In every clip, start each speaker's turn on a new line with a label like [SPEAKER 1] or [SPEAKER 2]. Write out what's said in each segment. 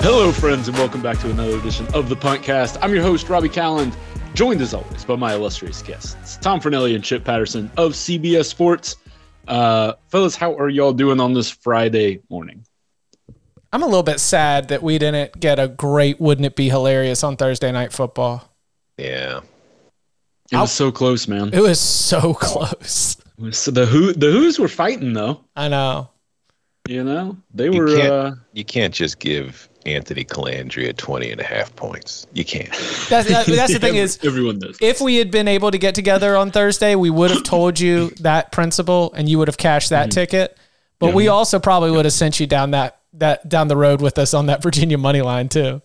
[SPEAKER 1] Hello, friends, and welcome back to another edition of the podcast. I'm your host, Robbie Calland, joined as always by my illustrious guests, Tom Fernelli and Chip Patterson of CBS Sports. Uh, fellas, how are y'all doing on this Friday morning?
[SPEAKER 2] I'm a little bit sad that we didn't get a great wouldn't it be hilarious on Thursday night football.
[SPEAKER 3] Yeah.
[SPEAKER 1] It was so close, man.
[SPEAKER 2] It was so close.
[SPEAKER 1] It was- the who the Who's were fighting though.
[SPEAKER 2] I know.
[SPEAKER 1] You know they
[SPEAKER 3] You
[SPEAKER 1] were.
[SPEAKER 3] can't-
[SPEAKER 1] Uh,
[SPEAKER 3] You can't just give Anthony Calandria 20 and a half points. You can't.
[SPEAKER 2] That's, that- that's the thing
[SPEAKER 1] every-
[SPEAKER 2] is
[SPEAKER 1] everyone knows.
[SPEAKER 2] if we had been able to get together on Thursday, we would have told you that principle and you would have cashed that ticket. But we also probably would have sent you down that that down the road with us on that Virginia money line too.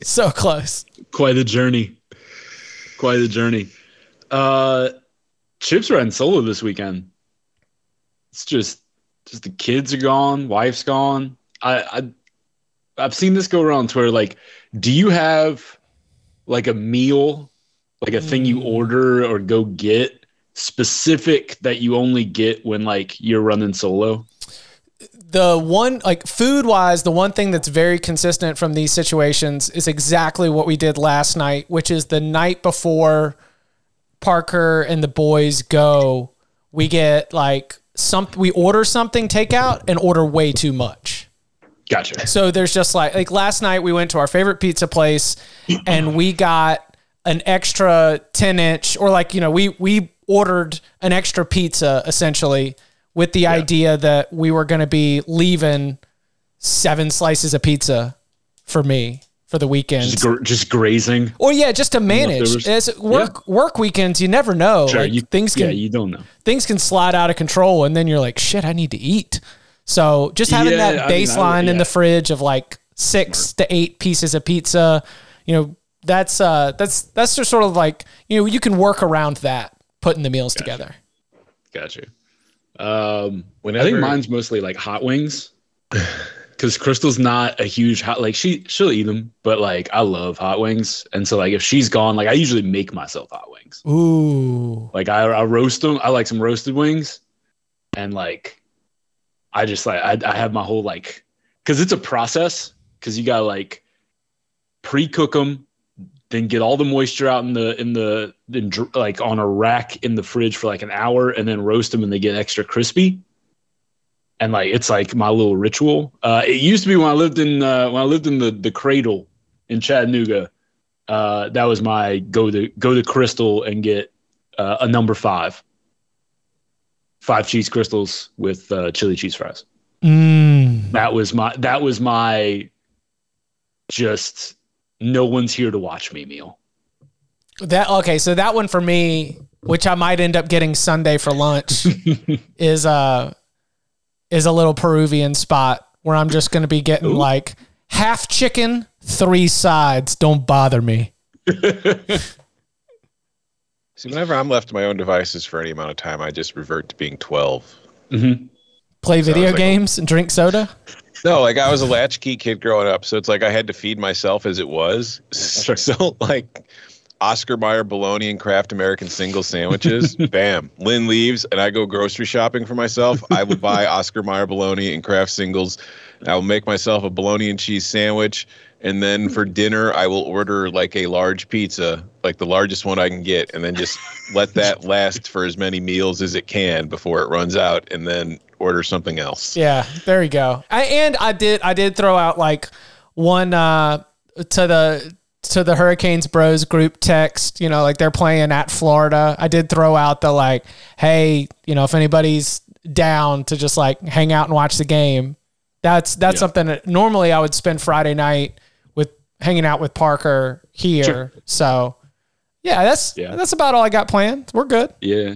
[SPEAKER 2] so close.
[SPEAKER 1] Quite a journey. Quite a journey. Uh, Chip's riding solo this weekend. It's just, just the kids are gone, wife's gone. I, I, I've seen this go around on Twitter. Like, do you have like a meal, like a thing
[SPEAKER 2] Mm.
[SPEAKER 1] you order or go get specific that you only get when like you're running solo?
[SPEAKER 2] the one like food wise the one thing that's very consistent from these situations is exactly what we did last night which is the night before parker and the boys go we get like some we order something takeout and order way too much
[SPEAKER 1] Gotcha.
[SPEAKER 2] so there's just like like last night we went to our favorite pizza place and we got an extra 10 inch or like you know we we ordered an extra pizza essentially with the idea that we were going to be leaving seven slices of pizza for me for the weekend
[SPEAKER 1] Just, gr- just grazing.
[SPEAKER 2] or yeah just to manage
[SPEAKER 1] Leftovers.
[SPEAKER 2] as work work weekends you never know
[SPEAKER 1] Sure,
[SPEAKER 2] Like,
[SPEAKER 1] you,
[SPEAKER 2] things can
[SPEAKER 1] yeah, you don't know.
[SPEAKER 2] things can slide out of control and then you're like shit i need to eat so just having
[SPEAKER 1] Yeah, I
[SPEAKER 2] that
[SPEAKER 1] mean, I-
[SPEAKER 2] baseline in
[SPEAKER 1] yeah.
[SPEAKER 2] the fridge of like six to eight pieces of pizza you know that's uh that's that's just sort of like you know you can work around that putting the meals together
[SPEAKER 1] Gotcha. Um, I
[SPEAKER 3] Whenever-
[SPEAKER 1] think mine's mostly like hot wings because Crystal's not a huge hot like she she'll eat them, but like I love hot wings, and so like if she's gone, like I usually make myself hot wings.
[SPEAKER 2] ooh
[SPEAKER 1] Like I, I roast them. I like some roasted wings, and like I just like I, I have my whole like because it's a process because you gotta like pre cook them, then get all the moisture out in the in the in, dr- like on a rack in the fridge for like an hour, and then roast them, and they get extra crispy. And like it's like my little ritual. Uh, it used to be when I lived in uh, when I lived in the the cradle in Chattanooga. Uh, that was my go to go to Crystal and get uh, a number five. Five cheese crystals with uh, chili cheese fries.
[SPEAKER 2] mm.
[SPEAKER 1] That was my that was my just no one's here to watch me meal.
[SPEAKER 2] that okay so that one for me which i might end up getting sunday for lunch is uh is a little peruvian spot where i'm just gonna be getting like half chicken three sides don't bother me
[SPEAKER 3] See, whenever I'm left to my own devices for any amount of time, I just revert to being 12.
[SPEAKER 1] Mhm.
[SPEAKER 2] play
[SPEAKER 3] Sounds
[SPEAKER 2] video
[SPEAKER 3] like a-
[SPEAKER 2] games and drink soda.
[SPEAKER 3] No, like I was a latchkey kid growing up, so it's like I had to feed myself as it was.
[SPEAKER 1] Sure.
[SPEAKER 3] So like Oscar Mayer bologna and Kraft American single sandwiches, bam. Lynn leaves and I go grocery shopping for myself. I will buy Oscar Mayer bologna and Kraft singles. and I will make myself a bologna and cheese sandwich. And then for dinner, I will order like a large pizza, like the largest one I can get, and then just let that last for as many meals as it can before it runs out, and then order something else.
[SPEAKER 2] Yeah, there you go. I, and I did I did throw out like one uh, to the to the Hurricanes Bros group text. You know, like they're playing at Florida. I did throw out the like, hey, you know, if anybody's down to just like hang out and watch the game, that's that's
[SPEAKER 1] Yeah.
[SPEAKER 2] something that normally I would spend Friday night with hanging out with Parker here.
[SPEAKER 1] Sure.
[SPEAKER 2] So. Yeah, that's
[SPEAKER 1] Yeah.
[SPEAKER 2] that's about all I got planned. We're good.
[SPEAKER 1] Yeah,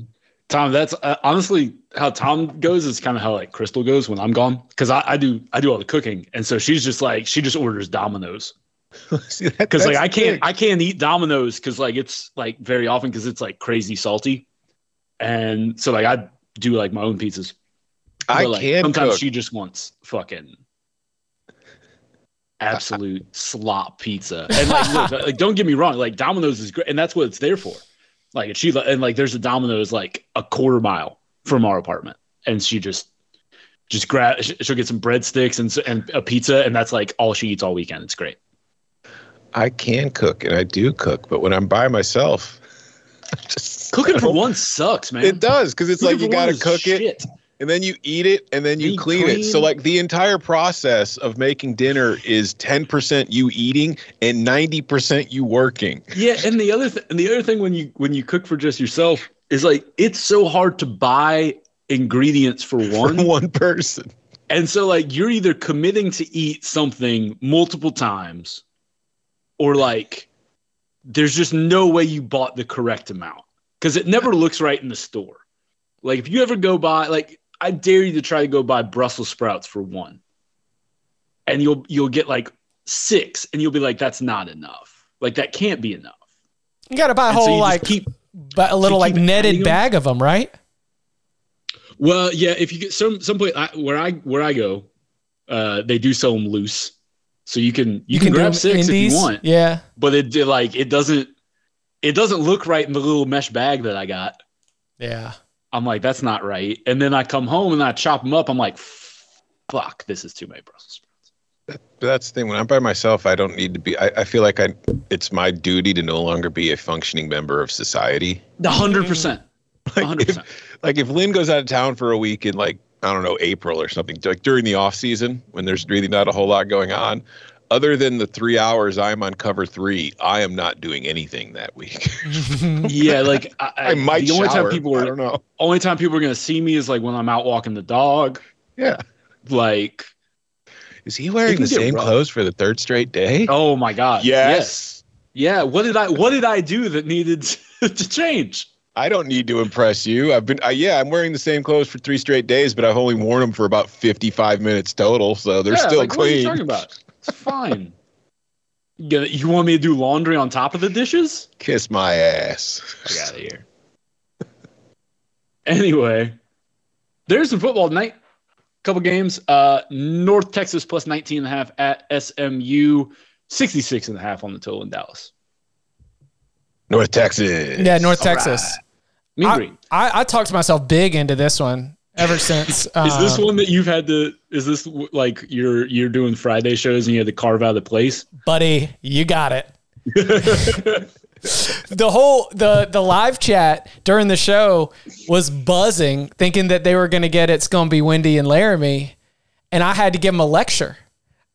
[SPEAKER 1] Tom. That's uh, honestly how Tom goes. Is kind of how like Crystal goes when I'm gone because I, I do I do all the cooking, and so she's just like she just orders Domino's.
[SPEAKER 3] Because
[SPEAKER 1] because like I can't I can't eat Domino's because like it's like very often because it's like crazy salty, and so like I do like my own pizzas.
[SPEAKER 3] I
[SPEAKER 1] But, like,
[SPEAKER 3] can
[SPEAKER 1] Sometimes
[SPEAKER 3] cook.
[SPEAKER 1] she just wants fucking absolute slop pizza. And like, look, like, don't get me wrong, like Domino's is great, and that's what it's there for. Like and she and like there's a Domino's like a quarter mile from our apartment, and she just Just grab. sh- She'll get some breadsticks and s- and a pizza, and that's like all she eats all weekend. It's great.
[SPEAKER 3] I can cook and I do cook, but when I'm by myself, I just
[SPEAKER 1] Cooking
[SPEAKER 3] I
[SPEAKER 1] for
[SPEAKER 3] don't-
[SPEAKER 1] one sucks, man.
[SPEAKER 3] It does because it's
[SPEAKER 1] Cooking
[SPEAKER 3] like you
[SPEAKER 1] for one
[SPEAKER 3] gotta
[SPEAKER 1] is
[SPEAKER 3] cook it
[SPEAKER 1] shit.
[SPEAKER 3] and then you eat it and then you
[SPEAKER 1] Be
[SPEAKER 3] clean it. So
[SPEAKER 1] clean.
[SPEAKER 3] like the entire process of making dinner is 10% you eating and 90% you working.
[SPEAKER 1] Yeah, and the other th- and the other thing when you when you cook for just yourself is like it's so hard to buy ingredients for
[SPEAKER 3] One,
[SPEAKER 1] one.
[SPEAKER 3] one person.
[SPEAKER 1] And so like you're either committing to eat something multiple times or like there's just no way you bought the correct amount cuz it never looks right in the store. Like if you ever go buy like I dare you to try to go buy Brussels sprouts for one. And you'll you'll get like 6 and you'll be like that's not enough. Like that can't be enough.
[SPEAKER 2] You got to buy a
[SPEAKER 1] And so
[SPEAKER 2] whole
[SPEAKER 1] you just
[SPEAKER 2] like
[SPEAKER 1] keep
[SPEAKER 2] but a little
[SPEAKER 1] you
[SPEAKER 2] like
[SPEAKER 1] keep
[SPEAKER 2] netted
[SPEAKER 1] adding 'em?
[SPEAKER 2] bag of them, right?
[SPEAKER 1] Well, yeah. If you get some some place I, where I where I go, uh, they do sell them loose, so you can you, can,
[SPEAKER 2] do
[SPEAKER 1] grab
[SPEAKER 2] 'em
[SPEAKER 1] six if
[SPEAKER 2] indies.
[SPEAKER 1] you want.
[SPEAKER 2] Yeah.
[SPEAKER 1] But it it, like it doesn't it doesn't look right in the little mesh bag that I got.
[SPEAKER 2] Yeah.
[SPEAKER 1] I'm like, that's not right. And then I come home and I chop them up. I'm like, fuck, this is too many Brussels. sprouts.
[SPEAKER 3] But that's the thing. When I'm by myself, I don't need to be. I, I feel like I. It's my duty to no longer be a functioning member of society.
[SPEAKER 1] A hundred percent, A hundred percent.
[SPEAKER 3] Like if Lynn goes out of town for a week in like I don't know April or something, like during the off season when there's really not a whole lot going on, other than the three hours I'm on cover three, I am not doing anything that week.
[SPEAKER 1] Yeah, like I,
[SPEAKER 3] I, might
[SPEAKER 1] The only time
[SPEAKER 3] shower.
[SPEAKER 1] people
[SPEAKER 3] I
[SPEAKER 1] are
[SPEAKER 3] don't know.
[SPEAKER 1] only time people are gonna see me is like when I'm out walking the dog.
[SPEAKER 3] Yeah.
[SPEAKER 1] Like,
[SPEAKER 3] Is he wearing
[SPEAKER 1] can
[SPEAKER 3] the
[SPEAKER 1] get
[SPEAKER 3] same
[SPEAKER 1] rough.
[SPEAKER 3] clothes for the third straight day?
[SPEAKER 1] oh my god,
[SPEAKER 3] yes.
[SPEAKER 1] Yeah, what did I what did I do that needed to change?
[SPEAKER 3] I don't need to impress you. I've been, I, yeah, I'm wearing the same clothes for three straight days, but I've only worn them for about 55 minutes total, so they're
[SPEAKER 1] Yeah,
[SPEAKER 3] still
[SPEAKER 1] like, What are you
[SPEAKER 3] clean.
[SPEAKER 1] talking about? It's fine. You, gonna- you want me to do laundry on top of the dishes?
[SPEAKER 3] Kiss my ass.
[SPEAKER 1] Get out of here. anyway, there's some football tonight. Couple games. Uh, North Texas plus 19 and a half at SMU, 66 and a half on the total in Dallas.
[SPEAKER 3] North Texas.
[SPEAKER 2] Yeah, North
[SPEAKER 1] All
[SPEAKER 2] Texas.
[SPEAKER 1] Mean green.
[SPEAKER 2] I, I talked myself big into this one ever since. Uh,
[SPEAKER 1] Is this one that you've had to? Is this w- like you're you're doing Friday shows and you had to carve out a place?
[SPEAKER 2] buddy? You got it. the whole the the live chat during the show was buzzing, thinking that they were going to get it's going to be windy and Laramie, and I had to give them a lecture.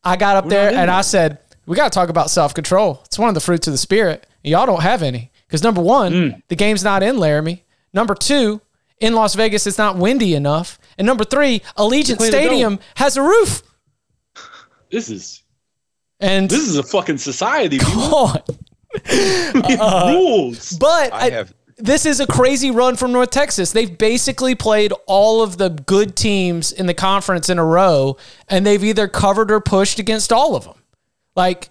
[SPEAKER 2] I got up there
[SPEAKER 1] not in
[SPEAKER 2] and
[SPEAKER 1] it.
[SPEAKER 2] I said, "We got to talk about self control. It's one of the fruits of the spirit. Y'all don't have any because number one, the game's not in Laramie. Number two, in Las Vegas, it's not windy enough, and number three, Allegiant
[SPEAKER 1] play the dome.
[SPEAKER 2] Stadium has a roof."
[SPEAKER 1] This is
[SPEAKER 2] And
[SPEAKER 1] This is a fucking society. We
[SPEAKER 2] on.
[SPEAKER 1] rules.
[SPEAKER 2] But
[SPEAKER 3] I
[SPEAKER 2] I
[SPEAKER 3] have-
[SPEAKER 2] this is a crazy run from North Texas. They've basically played all of the good teams in the conference in a row, and they've either covered or pushed against all of them. Like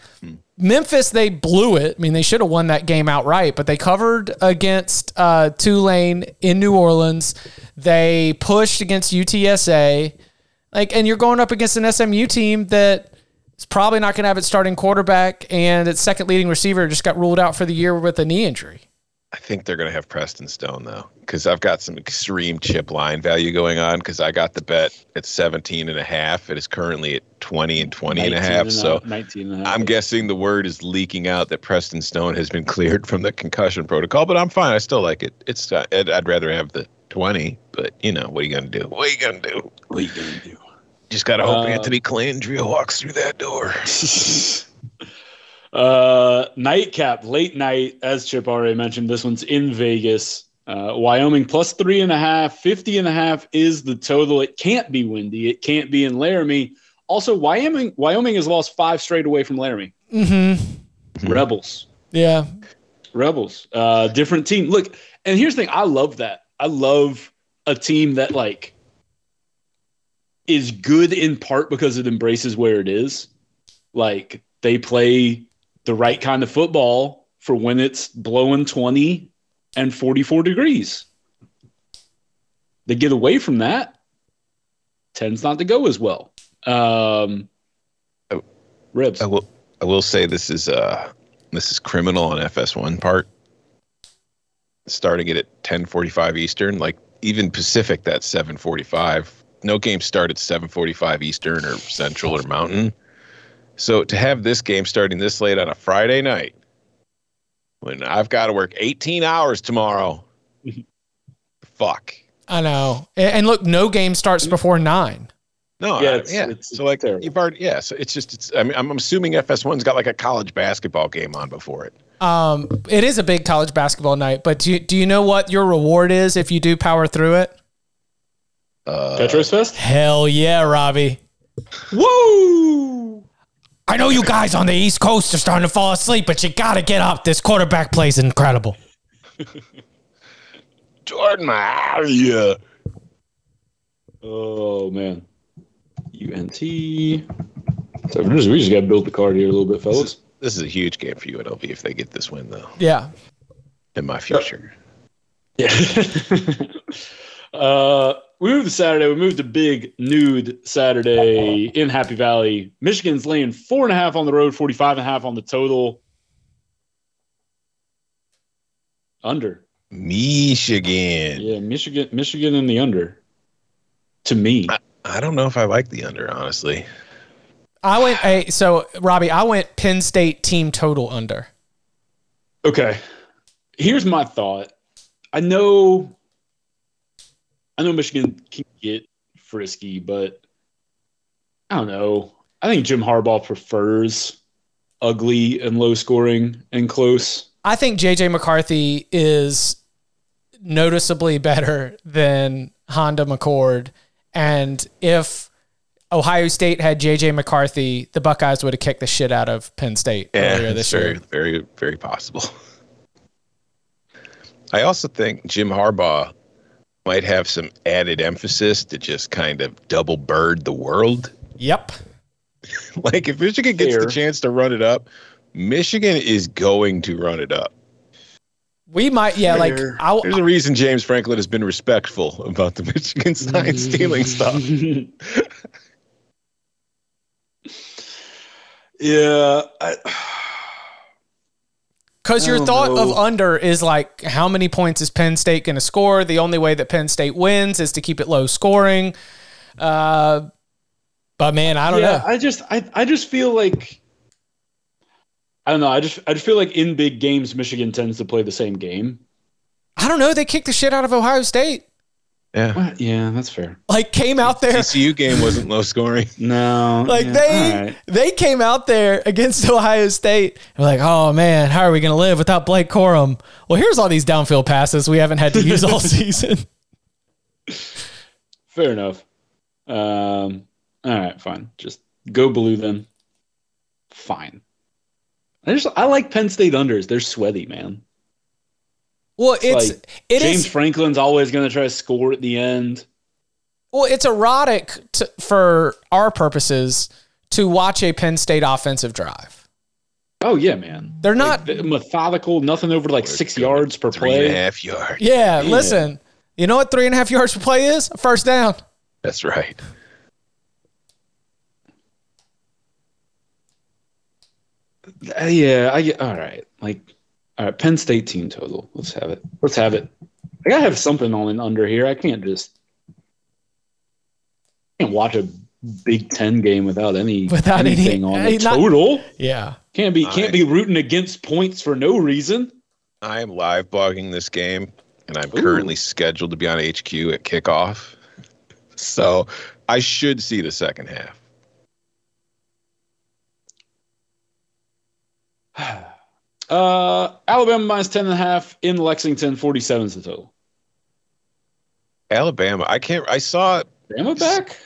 [SPEAKER 2] Memphis, they blew it. I mean, they should have won that game outright, but they covered against uh, Tulane in New Orleans. They pushed against UTSA. Like, and you're going up against an SMU team that is probably not going to have its starting quarterback and its second leading receiver just got ruled out for the year with a knee injury.
[SPEAKER 3] I think they're going to have Preston Stone, though, because I've got some extreme chip line value going on because I got the bet at 17 and a half. It is currently at 20 and 20 and a half. so
[SPEAKER 1] 19 and a half.
[SPEAKER 3] I'm guessing the word is leaking out that Preston Stone has been cleared from the concussion protocol, but I'm fine. I still like it. It's uh, I'd, I'd rather have the 20, but you know what are you gonna do? What are you gonna do?
[SPEAKER 1] what are you gonna do?
[SPEAKER 3] Just gotta
[SPEAKER 1] Uh,
[SPEAKER 3] hope Anthony Calandria walks through that door.
[SPEAKER 1] uh, nightcap, late night. As Chip already mentioned, this one's in Vegas. Uh, Wyoming plus three and a half, 50 and a half is the total. It can't be windy. It can't be in Laramie. Also, Wyoming Wyoming has lost five straight away from Laramie.
[SPEAKER 2] Mm-hmm.
[SPEAKER 3] Hmm.
[SPEAKER 1] Rebels.
[SPEAKER 2] Yeah.
[SPEAKER 1] Rebels, uh, different team. Look, and here's the thing: I love that. I love a team that like is good in part because it embraces where it is. Like they play the right kind of football for when it's blowing twenty and forty-four degrees. They get away from that. Tends not to go as well. Um,
[SPEAKER 3] Oh.
[SPEAKER 1] Rebs.
[SPEAKER 3] I will I will say this is uh this is criminal on FS1 part. Starting it at 10:45 Eastern, like even Pacific that's 7:45. no games start at 7:45 Eastern or Central or Mountain. So to have this game starting this late on a Friday night, when I've got to work 18 hours tomorrow, fuck.
[SPEAKER 2] I know. And, and look, no game starts before nine.
[SPEAKER 3] No,
[SPEAKER 1] Yeah,
[SPEAKER 3] yeah,
[SPEAKER 1] it's-
[SPEAKER 3] yeah.
[SPEAKER 1] it's-
[SPEAKER 3] so like
[SPEAKER 1] it's terrible.
[SPEAKER 3] you've already, yeah. So it's just, it's. I mean, I'm assuming FS1's got like a college basketball game on before it.
[SPEAKER 2] Um, it is a big college basketball night, but do you, do you know what your reward is if you do power through it?
[SPEAKER 3] Uh,
[SPEAKER 1] Tetris Fest?
[SPEAKER 2] Hell yeah, Robbie.
[SPEAKER 1] Woo!
[SPEAKER 2] I know you guys on the East Coast are starting to fall asleep, but you got to get up. This quarterback play is incredible.
[SPEAKER 3] Jordan, ah, how are you?
[SPEAKER 1] Oh man. UNT. So we just, we just got to build the card here a little bit, fellas.
[SPEAKER 3] This is a huge game for UNLV if they get this win, though.
[SPEAKER 2] Yeah.
[SPEAKER 3] In my future,
[SPEAKER 1] Yeah. uh, we moved to Saturday. We moved to big nude Saturday in Happy Valley. Michigan's laying four and a half on the road, 45 and a half on the total. Under.
[SPEAKER 3] Michigan.
[SPEAKER 1] Yeah, Michigan, Michigan and the under. To me.
[SPEAKER 3] I don't know if I like the under, honestly.
[SPEAKER 2] I went, hey, so Robbie, I went Penn State team total under.
[SPEAKER 1] Okay. Here's my thought. I know I know Michigan can get frisky, but I don't know. I think Jim Harbaugh prefers ugly and low scoring and close.
[SPEAKER 2] I think JJ McCarthy is noticeably better than Honda McCord. And if Ohio State had JJ McCarthy, the Buckeyes would have kicked the shit out of Penn State earlier
[SPEAKER 3] it's
[SPEAKER 2] this
[SPEAKER 3] very,
[SPEAKER 2] year.
[SPEAKER 3] very, very possible. I also think Jim Harbaugh might have some added emphasis to just kind of double bird the world.
[SPEAKER 2] Yep.
[SPEAKER 3] Like if Michigan gets
[SPEAKER 1] Fair.
[SPEAKER 3] the chance to run it up, Michigan is going to run it up.
[SPEAKER 2] We might, yeah, like
[SPEAKER 1] Fair.
[SPEAKER 2] I,
[SPEAKER 3] There's a reason James Franklin has been respectful about the Michigan sign stealing stuff.
[SPEAKER 1] yeah. I,
[SPEAKER 2] Because
[SPEAKER 1] I
[SPEAKER 2] your
[SPEAKER 1] don't
[SPEAKER 2] thought
[SPEAKER 1] know.
[SPEAKER 2] of under is like, how many points is Penn State going to score? The only way that Penn State wins is to keep it low scoring. Uh, but man, I don't
[SPEAKER 1] yeah,
[SPEAKER 2] know.
[SPEAKER 1] I just I, I just feel like I don't know. I just I just feel like in big games Michigan tends to play the same game.
[SPEAKER 2] I don't know. They kicked the shit out of Ohio State.
[SPEAKER 3] Yeah.
[SPEAKER 1] Well, yeah, that's fair.
[SPEAKER 2] Like came out there,
[SPEAKER 3] TCU game wasn't low scoring.
[SPEAKER 1] No.
[SPEAKER 2] like
[SPEAKER 1] yeah,
[SPEAKER 2] they
[SPEAKER 1] all right.
[SPEAKER 2] they came out there against Ohio State. And we're like, oh man, how are we going to live without Blake Corum? Well, here's all these downfield passes we haven't had to use all season.
[SPEAKER 1] Fair enough. Um, all right, fine. Just go blue then. Fine. I just I like Penn State unders. They're sweaty, man.
[SPEAKER 2] Well,
[SPEAKER 1] It's
[SPEAKER 2] it's
[SPEAKER 1] like
[SPEAKER 2] it is.
[SPEAKER 1] James Franklin's always going to try to score at the end.
[SPEAKER 2] Well, it's erotic to, for our purposes to watch a Penn State offensive drive.
[SPEAKER 1] Oh yeah, man.
[SPEAKER 2] They're not.
[SPEAKER 1] Like, th- methodical. Nothing over like
[SPEAKER 3] We're
[SPEAKER 1] six
[SPEAKER 3] going
[SPEAKER 1] yards per
[SPEAKER 3] Three and a
[SPEAKER 1] play.
[SPEAKER 3] half yard.
[SPEAKER 2] yeah,
[SPEAKER 1] Yeah.
[SPEAKER 2] listen. You know what three and a half yards per play is? A First down.
[SPEAKER 3] That's right.
[SPEAKER 1] Uh, yeah, I get all right. Like all right, Penn State team total. Let's have it. Let's have it. I gotta have something on an under here. I can't just I can't watch a Big Ten game without any
[SPEAKER 2] Without any-
[SPEAKER 1] anything on
[SPEAKER 2] hey,
[SPEAKER 1] the
[SPEAKER 2] not-
[SPEAKER 1] total.
[SPEAKER 2] Yeah.
[SPEAKER 1] Can't be
[SPEAKER 3] All
[SPEAKER 1] can't
[SPEAKER 3] right.
[SPEAKER 1] be rooting against points for no reason.
[SPEAKER 3] I am live blogging this game, and I'm
[SPEAKER 1] Ooh.
[SPEAKER 3] currently scheduled to be on HQ at kickoff. So I should see the second half.
[SPEAKER 1] Uh, Alabama minus ten and a half in Lexington. Forty-seven is the total.
[SPEAKER 3] Alabama, I can't. I saw
[SPEAKER 1] Alabama back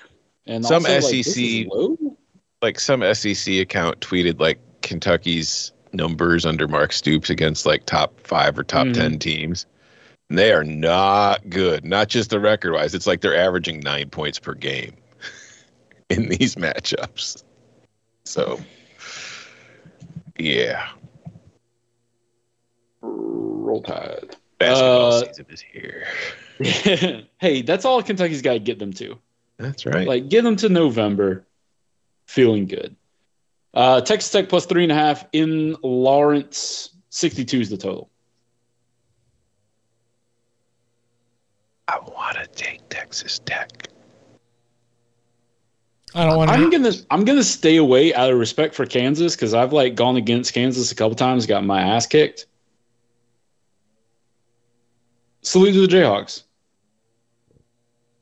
[SPEAKER 1] and
[SPEAKER 3] Some
[SPEAKER 1] also,
[SPEAKER 3] E
[SPEAKER 1] like, this is
[SPEAKER 3] SEC
[SPEAKER 1] low?
[SPEAKER 3] like some SEC account tweeted like Kentucky's numbers under Mark Stoops against like top five or top
[SPEAKER 1] Mhm.
[SPEAKER 3] ten teams. And they are not good. Not just the record wise. It's like they're averaging nine points per game in these matchups. So, yeah,
[SPEAKER 1] Roll Tide.
[SPEAKER 3] basketball
[SPEAKER 1] Uh,
[SPEAKER 3] season is here.
[SPEAKER 1] hey, that's all Kentucky's got to get them to.
[SPEAKER 3] That's right.
[SPEAKER 1] Like, get them to November, feeling good. Uh, Texas Tech plus three and a half in Lawrence. Sixty-two is the total.
[SPEAKER 3] I want to take Texas Tech.
[SPEAKER 2] I don't want
[SPEAKER 1] I'm
[SPEAKER 2] to.
[SPEAKER 1] gonna I'm gonna stay away out of respect for Kansas because I've like gone against Kansas a couple times, got my ass kicked. Salute to the Jayhawks.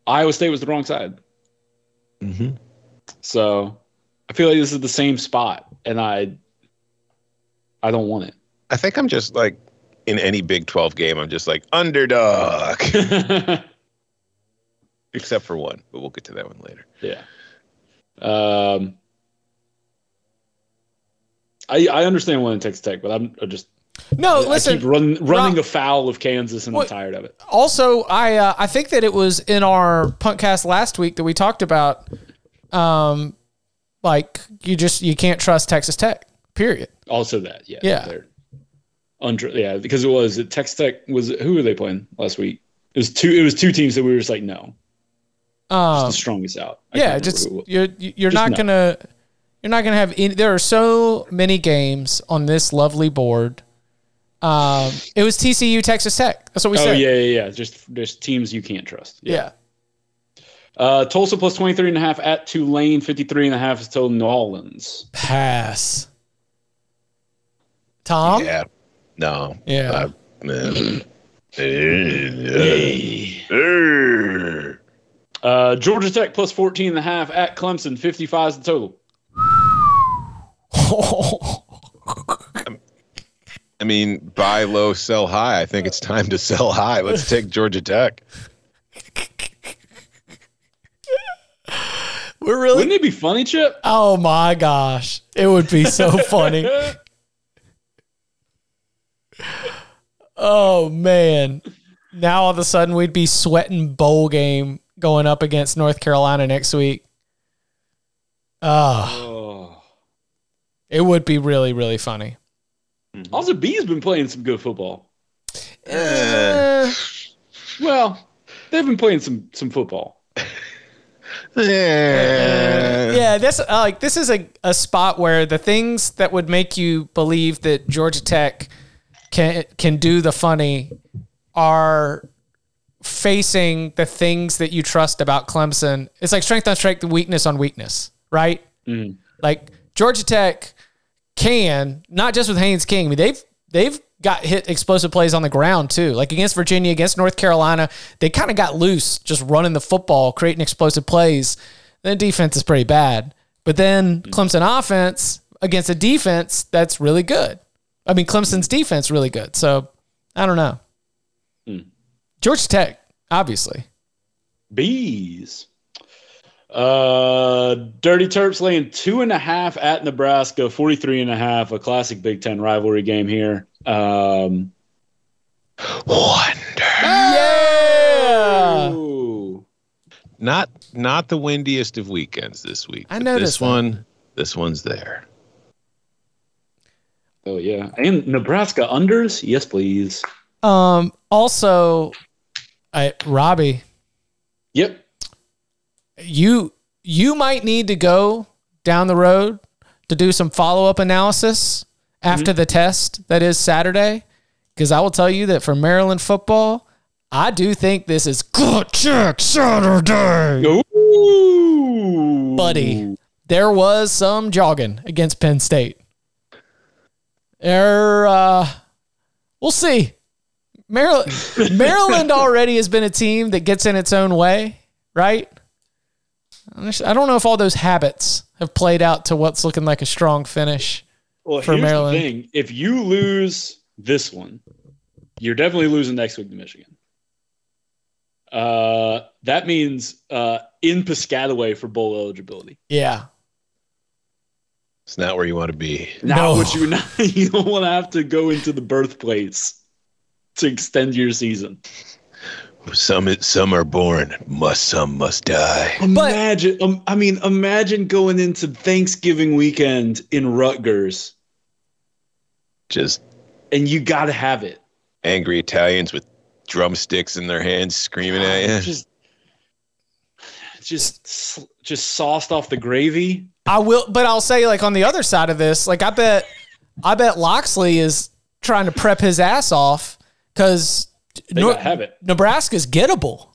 [SPEAKER 1] Iowa State was the wrong side, Mm-hmm.
[SPEAKER 3] Mhm.
[SPEAKER 1] so I feel like this is the same spot, and I I don't want
[SPEAKER 3] I think I'm just like in any Big 12 game, I'm just like underdog,
[SPEAKER 1] it.
[SPEAKER 3] except for one, but we'll get to that one later.
[SPEAKER 1] yeah. Um. I, I understand wanting Texas Tech, but I'm I just
[SPEAKER 2] No,
[SPEAKER 1] I
[SPEAKER 2] Oh, listen.
[SPEAKER 1] keep run, running
[SPEAKER 2] Rob-
[SPEAKER 1] afoul of Kansas and
[SPEAKER 2] Well,
[SPEAKER 1] I'm tired of it.
[SPEAKER 2] also i uh, i think that it was in our podcast last week that we talked about um like you just you can't trust texas tech period
[SPEAKER 1] Also that, yeah.
[SPEAKER 2] Yeah.
[SPEAKER 1] They're under yeah, because it was at Texas Tech was who were they playing last week? It was two it was two teams that we were just like, no, it's
[SPEAKER 2] um
[SPEAKER 1] the strongest out. I can't
[SPEAKER 2] yeah
[SPEAKER 1] remember
[SPEAKER 2] just
[SPEAKER 1] who it was.
[SPEAKER 2] you're you're
[SPEAKER 1] Just
[SPEAKER 2] not
[SPEAKER 1] no.
[SPEAKER 2] gonna you're not gonna have any there are so many games on this lovely board um it was tcu texas tech that's what we
[SPEAKER 1] Oh
[SPEAKER 2] said
[SPEAKER 1] yeah, yeah, yeah. Just just teams you can't trust.
[SPEAKER 2] yeah,
[SPEAKER 1] Uh Tulsa plus 23 and a half at Tulane, 53 and a half is to New Orleans.
[SPEAKER 2] pass tom
[SPEAKER 3] yeah. No.
[SPEAKER 2] Yeah.
[SPEAKER 3] Uh, man. Eh, eh.
[SPEAKER 1] Uh Georgia Tech plus 14 and a half at Clemson, 55 is the total.
[SPEAKER 3] I mean, buy low, sell high. I think it's time to sell high. Let's take Georgia Tech.
[SPEAKER 2] we're really
[SPEAKER 1] Wouldn't it be funny, Chip?
[SPEAKER 2] Oh my gosh. It would be so funny. Oh man. Now all of a sudden we'd be sweating bowl game going up against North Carolina next week. Ah,
[SPEAKER 1] oh.
[SPEAKER 2] it would be really, really funny.
[SPEAKER 1] Also, B's been playing some good football.
[SPEAKER 3] Eh,
[SPEAKER 2] Eh,
[SPEAKER 1] Well, they've been playing some some football.
[SPEAKER 3] eh.
[SPEAKER 2] yeah, this uh, like this is a, a spot where the things that would make you believe that Georgia Tech can can do the funny are facing the things that you trust about Clemson. It's like strength on strength, weakness on weakness, right?
[SPEAKER 1] Mhm.
[SPEAKER 2] Like Georgia Tech can not just with Haynes King. I mean, they've they've got hit explosive plays on the ground too. Like against Virginia, against North Carolina, they kind of got loose just running the football, creating explosive plays. Their defense is pretty bad, but then Clemson offense against a defense that's really good. I mean, Clemson's defense really good. So I don't know. Georgia Tech, obviously.
[SPEAKER 1] Bees. Uh, Dirty Terps laying two and a half at Nebraska, 43 and a half, a classic Big Ten rivalry game here. Um,
[SPEAKER 3] Wonder.
[SPEAKER 2] Yeah.
[SPEAKER 1] ooh.
[SPEAKER 3] Not not the windiest of weekends this week.
[SPEAKER 2] I
[SPEAKER 3] but
[SPEAKER 2] noticed
[SPEAKER 3] this
[SPEAKER 2] that.
[SPEAKER 3] one. This one's there.
[SPEAKER 1] Oh, yeah. And Nebraska unders? Yes, please.
[SPEAKER 2] Um, also, I, Robbie,
[SPEAKER 1] Yep.
[SPEAKER 2] you you might need to go down the road to do some follow up analysis after the test that is Saturday, because I will tell you that for Maryland football, I do think this is good check Saturday,
[SPEAKER 1] Ooh.
[SPEAKER 2] buddy. There was some jogging against Penn State. There, uh, we'll see. Maryland, Maryland already has been a team that gets in its own way, right? I don't know if all those habits have played out to what's looking like a strong finish.
[SPEAKER 1] Well,
[SPEAKER 2] for
[SPEAKER 1] here's
[SPEAKER 2] Maryland.
[SPEAKER 1] the thing. If you lose this one, you're definitely losing next week to Michigan. Uh, that means uh, in Piscataway for bowl eligibility.
[SPEAKER 2] Yeah.
[SPEAKER 3] It's not where you want to be.
[SPEAKER 1] Not
[SPEAKER 2] No.
[SPEAKER 1] what you not, you don't want to have to go into the birthplace to extend your season.
[SPEAKER 3] Some some are born, must some must die.
[SPEAKER 1] Imagine, um, I mean, imagine going into Thanksgiving weekend in Rutgers,
[SPEAKER 3] Just
[SPEAKER 1] and you got to have it.
[SPEAKER 3] angry Italians with drumsticks in their hands screaming at
[SPEAKER 2] Ah,
[SPEAKER 3] you.
[SPEAKER 1] Just, just, just sauced off the gravy.
[SPEAKER 2] I will, but I'll say like on the other side of this, like I bet, I bet Loxley is trying to prep his ass off because
[SPEAKER 1] They gotta have it.
[SPEAKER 2] Nebraska's gettable.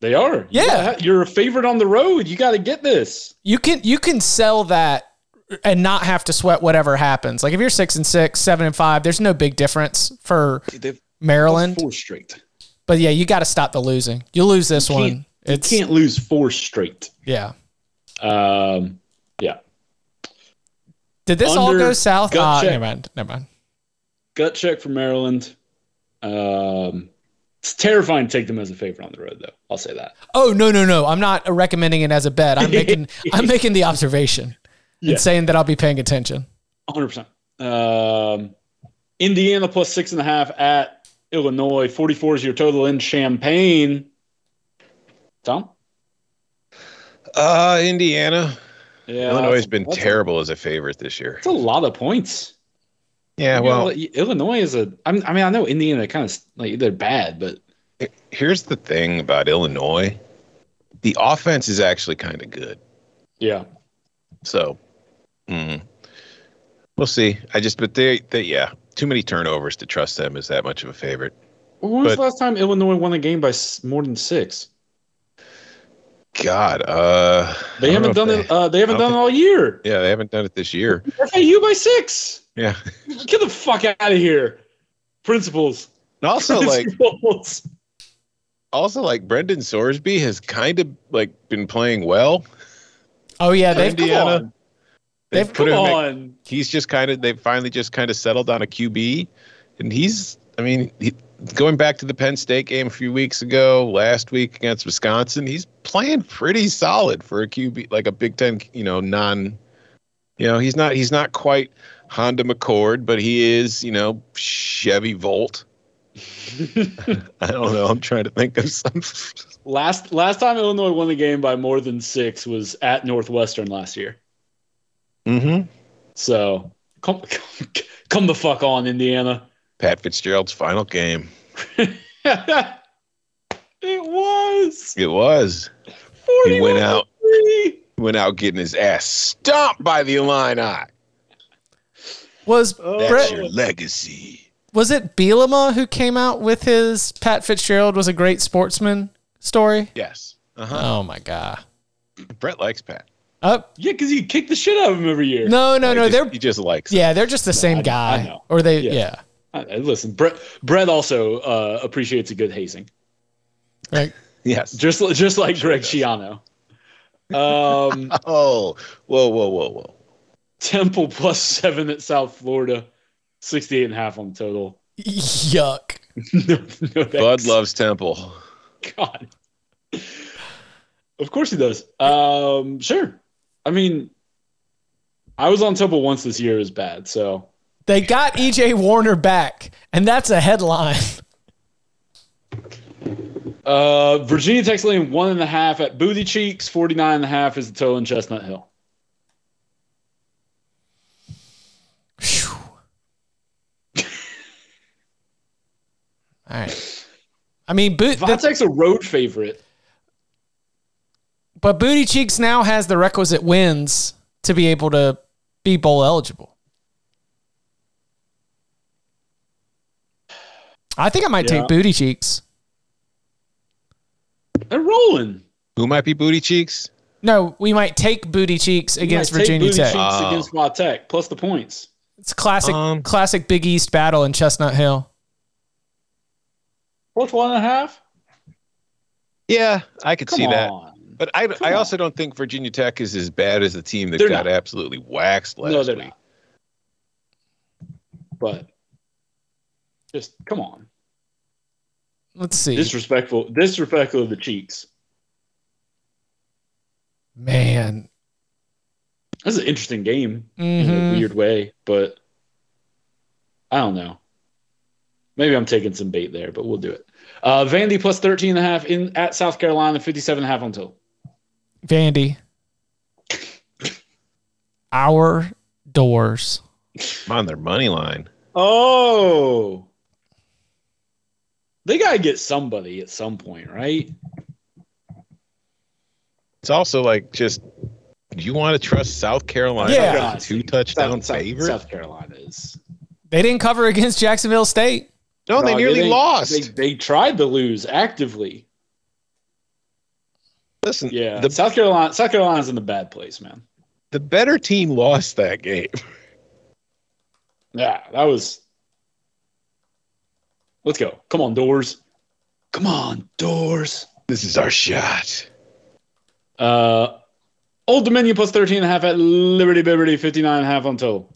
[SPEAKER 1] They are. You
[SPEAKER 2] Yeah.
[SPEAKER 1] gotta- you're a favorite on the road. You got to get this.
[SPEAKER 2] You can you can sell that and not have to sweat whatever happens. Like if you're six and six, seven and five, there's no big difference for
[SPEAKER 3] They've
[SPEAKER 2] Maryland.
[SPEAKER 1] Four straight.
[SPEAKER 2] But yeah, you got to stop the losing. You lose this
[SPEAKER 1] You can't-
[SPEAKER 2] one.
[SPEAKER 1] You
[SPEAKER 2] It's
[SPEAKER 1] can't lose four straight.
[SPEAKER 2] yeah.
[SPEAKER 1] Um, yeah.
[SPEAKER 2] Did this all
[SPEAKER 1] Under
[SPEAKER 2] go south?
[SPEAKER 1] gut
[SPEAKER 2] Uh,
[SPEAKER 1] check.
[SPEAKER 2] never mind. Never mind.
[SPEAKER 1] Gut check for Maryland. Um, it's terrifying to take them as a favorite on the road, though. I'll say that.
[SPEAKER 2] Oh no no no! I'm not recommending it as a bet. I'm making I'm making the observation
[SPEAKER 1] Yeah.
[SPEAKER 2] and saying that I'll be paying attention.
[SPEAKER 1] 100%. Um, Indiana plus six and a half at Illinois. 44 is your total in Champaign. Tom?
[SPEAKER 3] Uh, Indiana.
[SPEAKER 1] Yeah.
[SPEAKER 3] Illinois has been
[SPEAKER 1] that's a-
[SPEAKER 3] terrible as a favorite this year.
[SPEAKER 1] That's a lot of points.
[SPEAKER 3] Yeah,
[SPEAKER 1] You
[SPEAKER 3] well,
[SPEAKER 1] know, Illinois is a. I'm, I mean, I know Indiana kind of like they're bad, but
[SPEAKER 3] here's the thing about Illinois the offense is actually kind of good.
[SPEAKER 1] yeah,
[SPEAKER 3] So, mm, we'll see. I just, but they, they, yeah, too many turnovers to trust them as that much of a favorite.
[SPEAKER 1] When was
[SPEAKER 3] But-
[SPEAKER 1] the last time Illinois won a game by s- more than six?
[SPEAKER 3] God, uh,
[SPEAKER 1] They
[SPEAKER 3] I
[SPEAKER 1] haven't
[SPEAKER 3] don't know if
[SPEAKER 1] done
[SPEAKER 3] they-
[SPEAKER 1] it. Uh, they haven't
[SPEAKER 3] I don't
[SPEAKER 1] done it all year.
[SPEAKER 3] Yeah, they haven't done it this year.
[SPEAKER 1] FAU by six.
[SPEAKER 3] Yeah.
[SPEAKER 1] Get the fuck out of here, principals.
[SPEAKER 3] And also, like,
[SPEAKER 1] Principals.
[SPEAKER 3] also, like, Brendan Sorsby has kind of like been playing well.
[SPEAKER 2] Oh yeah, they've
[SPEAKER 1] Indy-
[SPEAKER 3] Indiana.
[SPEAKER 1] on.
[SPEAKER 3] They've
[SPEAKER 2] They've
[SPEAKER 3] put
[SPEAKER 1] Come
[SPEAKER 3] him at-
[SPEAKER 1] on.
[SPEAKER 3] he's just kind of they've finally just kind of settled on a QB, and he's I mean he, going back to the Penn State game a few weeks ago, last week against Wisconsin, he's playing pretty solid for a QB like a Big Ten you know non, you know he's not he's not quite Honda McCord, but he is you know Chevy Volt. I don't know. I'm trying to think of some.
[SPEAKER 1] Last last time Illinois won the game by more than six was at Northwestern last year.
[SPEAKER 3] hmm
[SPEAKER 1] So come come, come the fuck on, Indiana.
[SPEAKER 3] Pat Fitzgerald's final game.
[SPEAKER 1] it was
[SPEAKER 3] It was.
[SPEAKER 1] forty.
[SPEAKER 3] He went out. Went out getting his ass stomped by the Illini.
[SPEAKER 2] was
[SPEAKER 1] Oh,
[SPEAKER 2] Brett-
[SPEAKER 3] legacy.
[SPEAKER 2] was it Bielema who came out with his Pat Fitzgerald was a great sportsman story?
[SPEAKER 3] Yes. Uh-huh.
[SPEAKER 2] Oh my god.
[SPEAKER 3] Brett likes Pat.
[SPEAKER 2] Oh
[SPEAKER 1] Yeah, because you kick the shit out of him every year.
[SPEAKER 2] no no
[SPEAKER 3] Like,
[SPEAKER 2] no!
[SPEAKER 3] just-
[SPEAKER 2] They're
[SPEAKER 3] he just likes.
[SPEAKER 2] yeah, they're just the
[SPEAKER 1] I-
[SPEAKER 2] same
[SPEAKER 1] I
[SPEAKER 2] guy.
[SPEAKER 1] know.
[SPEAKER 2] Or they
[SPEAKER 1] Yeah.
[SPEAKER 2] yeah.
[SPEAKER 1] I- I- Uh, Listen, Brett. Brett also uh, appreciates a good hazing,
[SPEAKER 2] Right.
[SPEAKER 3] Yes.
[SPEAKER 1] just li- just like
[SPEAKER 3] Sure
[SPEAKER 1] Greg
[SPEAKER 3] does.
[SPEAKER 1] Schiano. Um,
[SPEAKER 3] Oh, whoa, whoa, whoa, whoa.
[SPEAKER 1] Temple plus seven at South Florida, 68 and a half on total.
[SPEAKER 2] Yuck.
[SPEAKER 1] no, no
[SPEAKER 3] Bud
[SPEAKER 1] thanks.
[SPEAKER 3] loves Temple.
[SPEAKER 1] God. Of course he does. Um, sure. I mean, I was on Temple once this year. It was bad. So
[SPEAKER 2] They got EJ Warner back, and that's a headline.
[SPEAKER 1] Uh, Virginia Tech's laying one and a half at Booty Cheeks. 49 and a half is the total in Chestnut Hill.
[SPEAKER 2] Phew. All right. I mean, boot, that's,
[SPEAKER 1] Vontek's a road favorite.
[SPEAKER 2] but Booty Cheeks now has the requisite wins to be able to be bowl eligible. I think I might
[SPEAKER 1] Yeah.
[SPEAKER 2] take Booty Cheeks.
[SPEAKER 1] They're rolling.
[SPEAKER 3] Who might be booty cheeks?
[SPEAKER 2] No, we might take Booty Cheeks against
[SPEAKER 1] You might take
[SPEAKER 2] Virginia
[SPEAKER 1] Booty
[SPEAKER 2] Tech.
[SPEAKER 1] Cheeks
[SPEAKER 3] Oh.
[SPEAKER 1] against Vontek, plus the points.
[SPEAKER 2] It's classic,
[SPEAKER 3] Um,
[SPEAKER 2] classic Big East battle in Chestnut Hill.
[SPEAKER 1] Plus one and a half?
[SPEAKER 3] Yeah, I could
[SPEAKER 1] Come
[SPEAKER 3] see
[SPEAKER 1] on.
[SPEAKER 3] that. But I, I
[SPEAKER 1] on.
[SPEAKER 3] also don't think Virginia Tech is as bad as the team that
[SPEAKER 1] They're
[SPEAKER 3] got
[SPEAKER 1] not.
[SPEAKER 3] absolutely waxed last
[SPEAKER 1] no, they're
[SPEAKER 3] week.
[SPEAKER 1] not. But just come on.
[SPEAKER 2] Let's see.
[SPEAKER 1] Disrespectful. Disrespectful of the Cheeks.
[SPEAKER 2] Man.
[SPEAKER 1] That's an interesting game. in a
[SPEAKER 2] Mhm.
[SPEAKER 1] weird way, but I don't know. Maybe I'm taking some bait there, but we'll do it. Uh, Vandy plus 13 and a half in at South Carolina, 57 and a half on total.
[SPEAKER 2] Vandy. Our doors.
[SPEAKER 3] I'm on their money line.
[SPEAKER 1] Oh. They got to get somebody at some point, right?
[SPEAKER 3] It's also like just you want to trust South Carolina?
[SPEAKER 2] Yeah.
[SPEAKER 3] as a two touchdown
[SPEAKER 1] South, South-
[SPEAKER 3] favorite.
[SPEAKER 1] South Carolina is.
[SPEAKER 2] They didn't cover against Jacksonville State.
[SPEAKER 3] No, Oh, they
[SPEAKER 1] Dog, it
[SPEAKER 3] nearly
[SPEAKER 1] ain't-
[SPEAKER 3] lost.
[SPEAKER 1] They, they tried to lose actively.
[SPEAKER 3] Listen,
[SPEAKER 1] Yeah,
[SPEAKER 3] the
[SPEAKER 1] South Carolina, South Carolina's in the bad place, man.
[SPEAKER 3] the better team lost that game.
[SPEAKER 1] Yeah, that was. Let's go. Come on, doors. Come on, doors.
[SPEAKER 3] This is our shot.
[SPEAKER 1] Uh, Old Dominion plus 13 and a half at Liberty Liberty, 59 and a half on total.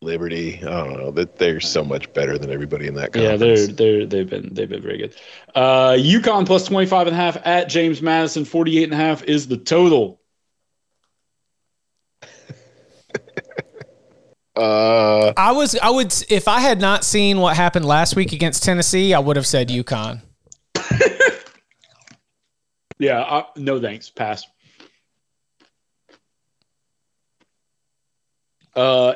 [SPEAKER 3] Liberty. I don't know that they're so much better than everybody in that
[SPEAKER 1] Yeah,
[SPEAKER 3] conference.
[SPEAKER 1] they're they're they've been they've been very good. Uh Yukon plus 25 and a half at James Madison, 48 and a half is the total.
[SPEAKER 3] Uh,
[SPEAKER 2] I was I would if I had not seen what happened last week against Tennessee, I would have said UConn.
[SPEAKER 1] Yeah, I, no thanks. Pass. Uh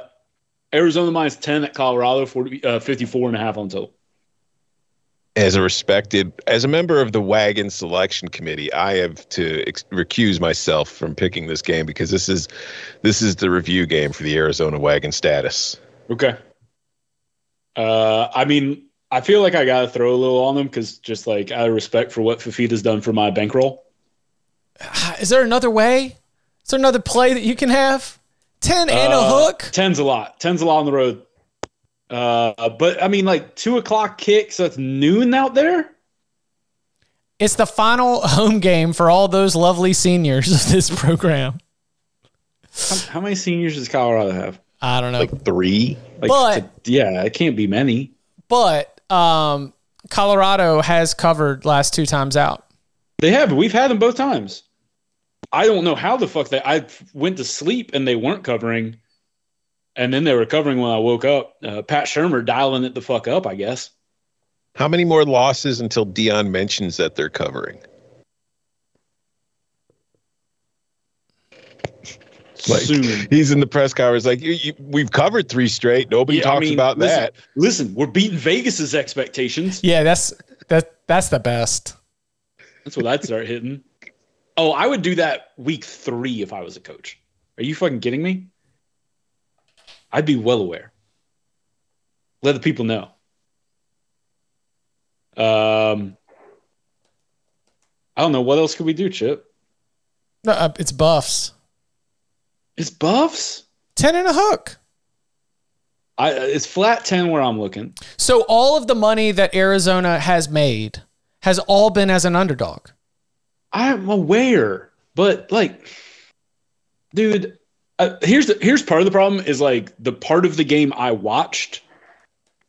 [SPEAKER 1] Arizona minus 10 at Colorado, 40, uh, 54 and a half on total.
[SPEAKER 3] as a respected, as a member of the wagon selection committee, I have to ex- recuse myself from picking this game because this is, this is the review game for the Arizona wagon status.
[SPEAKER 1] Okay. Uh, I mean, I feel like I gotta throw a little on them because just like out of respect for what Fafita's done for my bankroll.
[SPEAKER 2] Ah, Is there another way? Is there another play that you can have? Ten and a
[SPEAKER 1] Uh,
[SPEAKER 2] hook.
[SPEAKER 1] Ten's a lot. Ten's a lot on the road. Uh, but I mean, like two o'clock kick, so it's noon out there.
[SPEAKER 2] It's the final home game for all those lovely seniors of this program.
[SPEAKER 1] How, how many seniors does Colorado have?
[SPEAKER 2] I don't know,
[SPEAKER 3] Like three.
[SPEAKER 1] Like,
[SPEAKER 2] but
[SPEAKER 1] yeah, it can't be many.
[SPEAKER 2] but um, Colorado has covered last two times out.
[SPEAKER 1] They have. We've had them both times. I don't know how the fuck they. I went to sleep and they weren't covering, and then they were covering when I woke up. Uh, Pat Shermer dialing it the fuck up, I guess.
[SPEAKER 3] How many more losses until Dion mentions that they're covering? Like-
[SPEAKER 1] Soon.
[SPEAKER 3] He's in the press conference like, you, you, we've covered three straight. Nobody
[SPEAKER 1] Yeah, I
[SPEAKER 3] talks
[SPEAKER 1] mean,
[SPEAKER 3] about
[SPEAKER 1] listen,
[SPEAKER 3] that.
[SPEAKER 1] Listen, we're beating Vegas's expectations.
[SPEAKER 2] Yeah, that's that that's the best.
[SPEAKER 1] That's what I'd start hitting. Oh, I would do that week three if I was a coach. Are you fucking kidding me? I'd be well aware. Let the people know. Um, I don't know what else could we do, Chip.
[SPEAKER 2] No, uh, it's buffs.
[SPEAKER 1] It's buffs.
[SPEAKER 2] Ten and a hook.
[SPEAKER 1] I it's flat ten where I'm looking.
[SPEAKER 2] So all of the money that Arizona has made has all been as an underdog.
[SPEAKER 1] I'm aware, but like, dude, uh, here's the here's part of the problem is like the part of the game I watched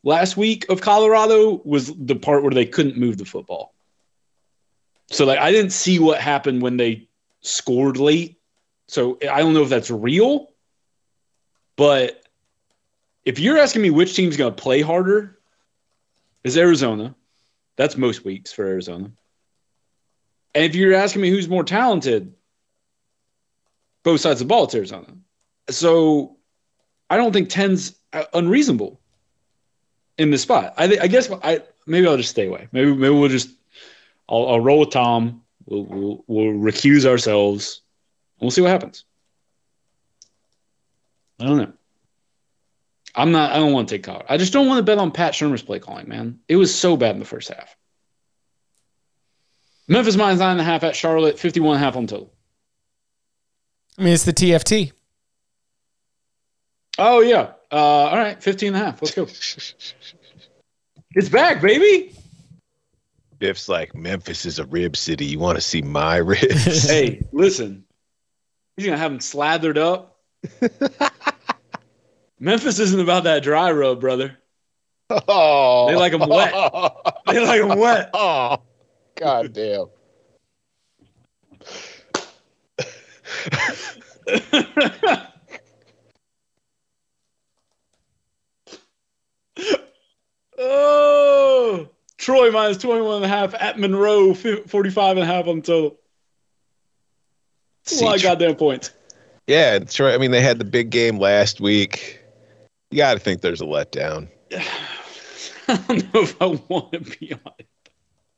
[SPEAKER 1] last week of Colorado was the part where they couldn't move the football. So like I didn't see what happened when they scored late. So I don't know if that's real, but if you're asking me which team's going to play harder, is Arizona. That's most weeks for Arizona. And if you're asking me who's more talented, both sides of the ball, it's Arizona. So I don't think 10's unreasonable in this spot. I, thi- I guess I maybe I'll just stay away. Maybe maybe we'll just I'll, I'll roll with Tom. We'll, we'll we'll recuse ourselves. And we'll see what happens. I don't know. I'm not. I don't want to take Colorado. I just don't want to bet on Pat Shermer's play calling. Man, it was so bad in the first half. Memphis minus nine and a half at Charlotte, 51 and a half on total.
[SPEAKER 2] I mean, it's the TFT.
[SPEAKER 1] Oh, yeah. Uh, all right, 15 and a half. Let's go. it's back, baby.
[SPEAKER 3] Biff's like, Memphis is a rib city. You want to see my ribs?
[SPEAKER 1] Hey, listen. He's going to have them slathered up. Memphis isn't about that dry rub, brother.
[SPEAKER 3] oh,
[SPEAKER 1] They like 'em wet. They like 'em wet.
[SPEAKER 3] Oh, god damn.
[SPEAKER 1] oh, Troy minus 21 and a half at Monroe, fi- 45 and a half on total. That's a lot of
[SPEAKER 3] See,
[SPEAKER 1] goddamn points.
[SPEAKER 3] Yeah, and Troy. I mean, they had the big game last week. You got to think there's a letdown.
[SPEAKER 1] I don't know if I want to be on it.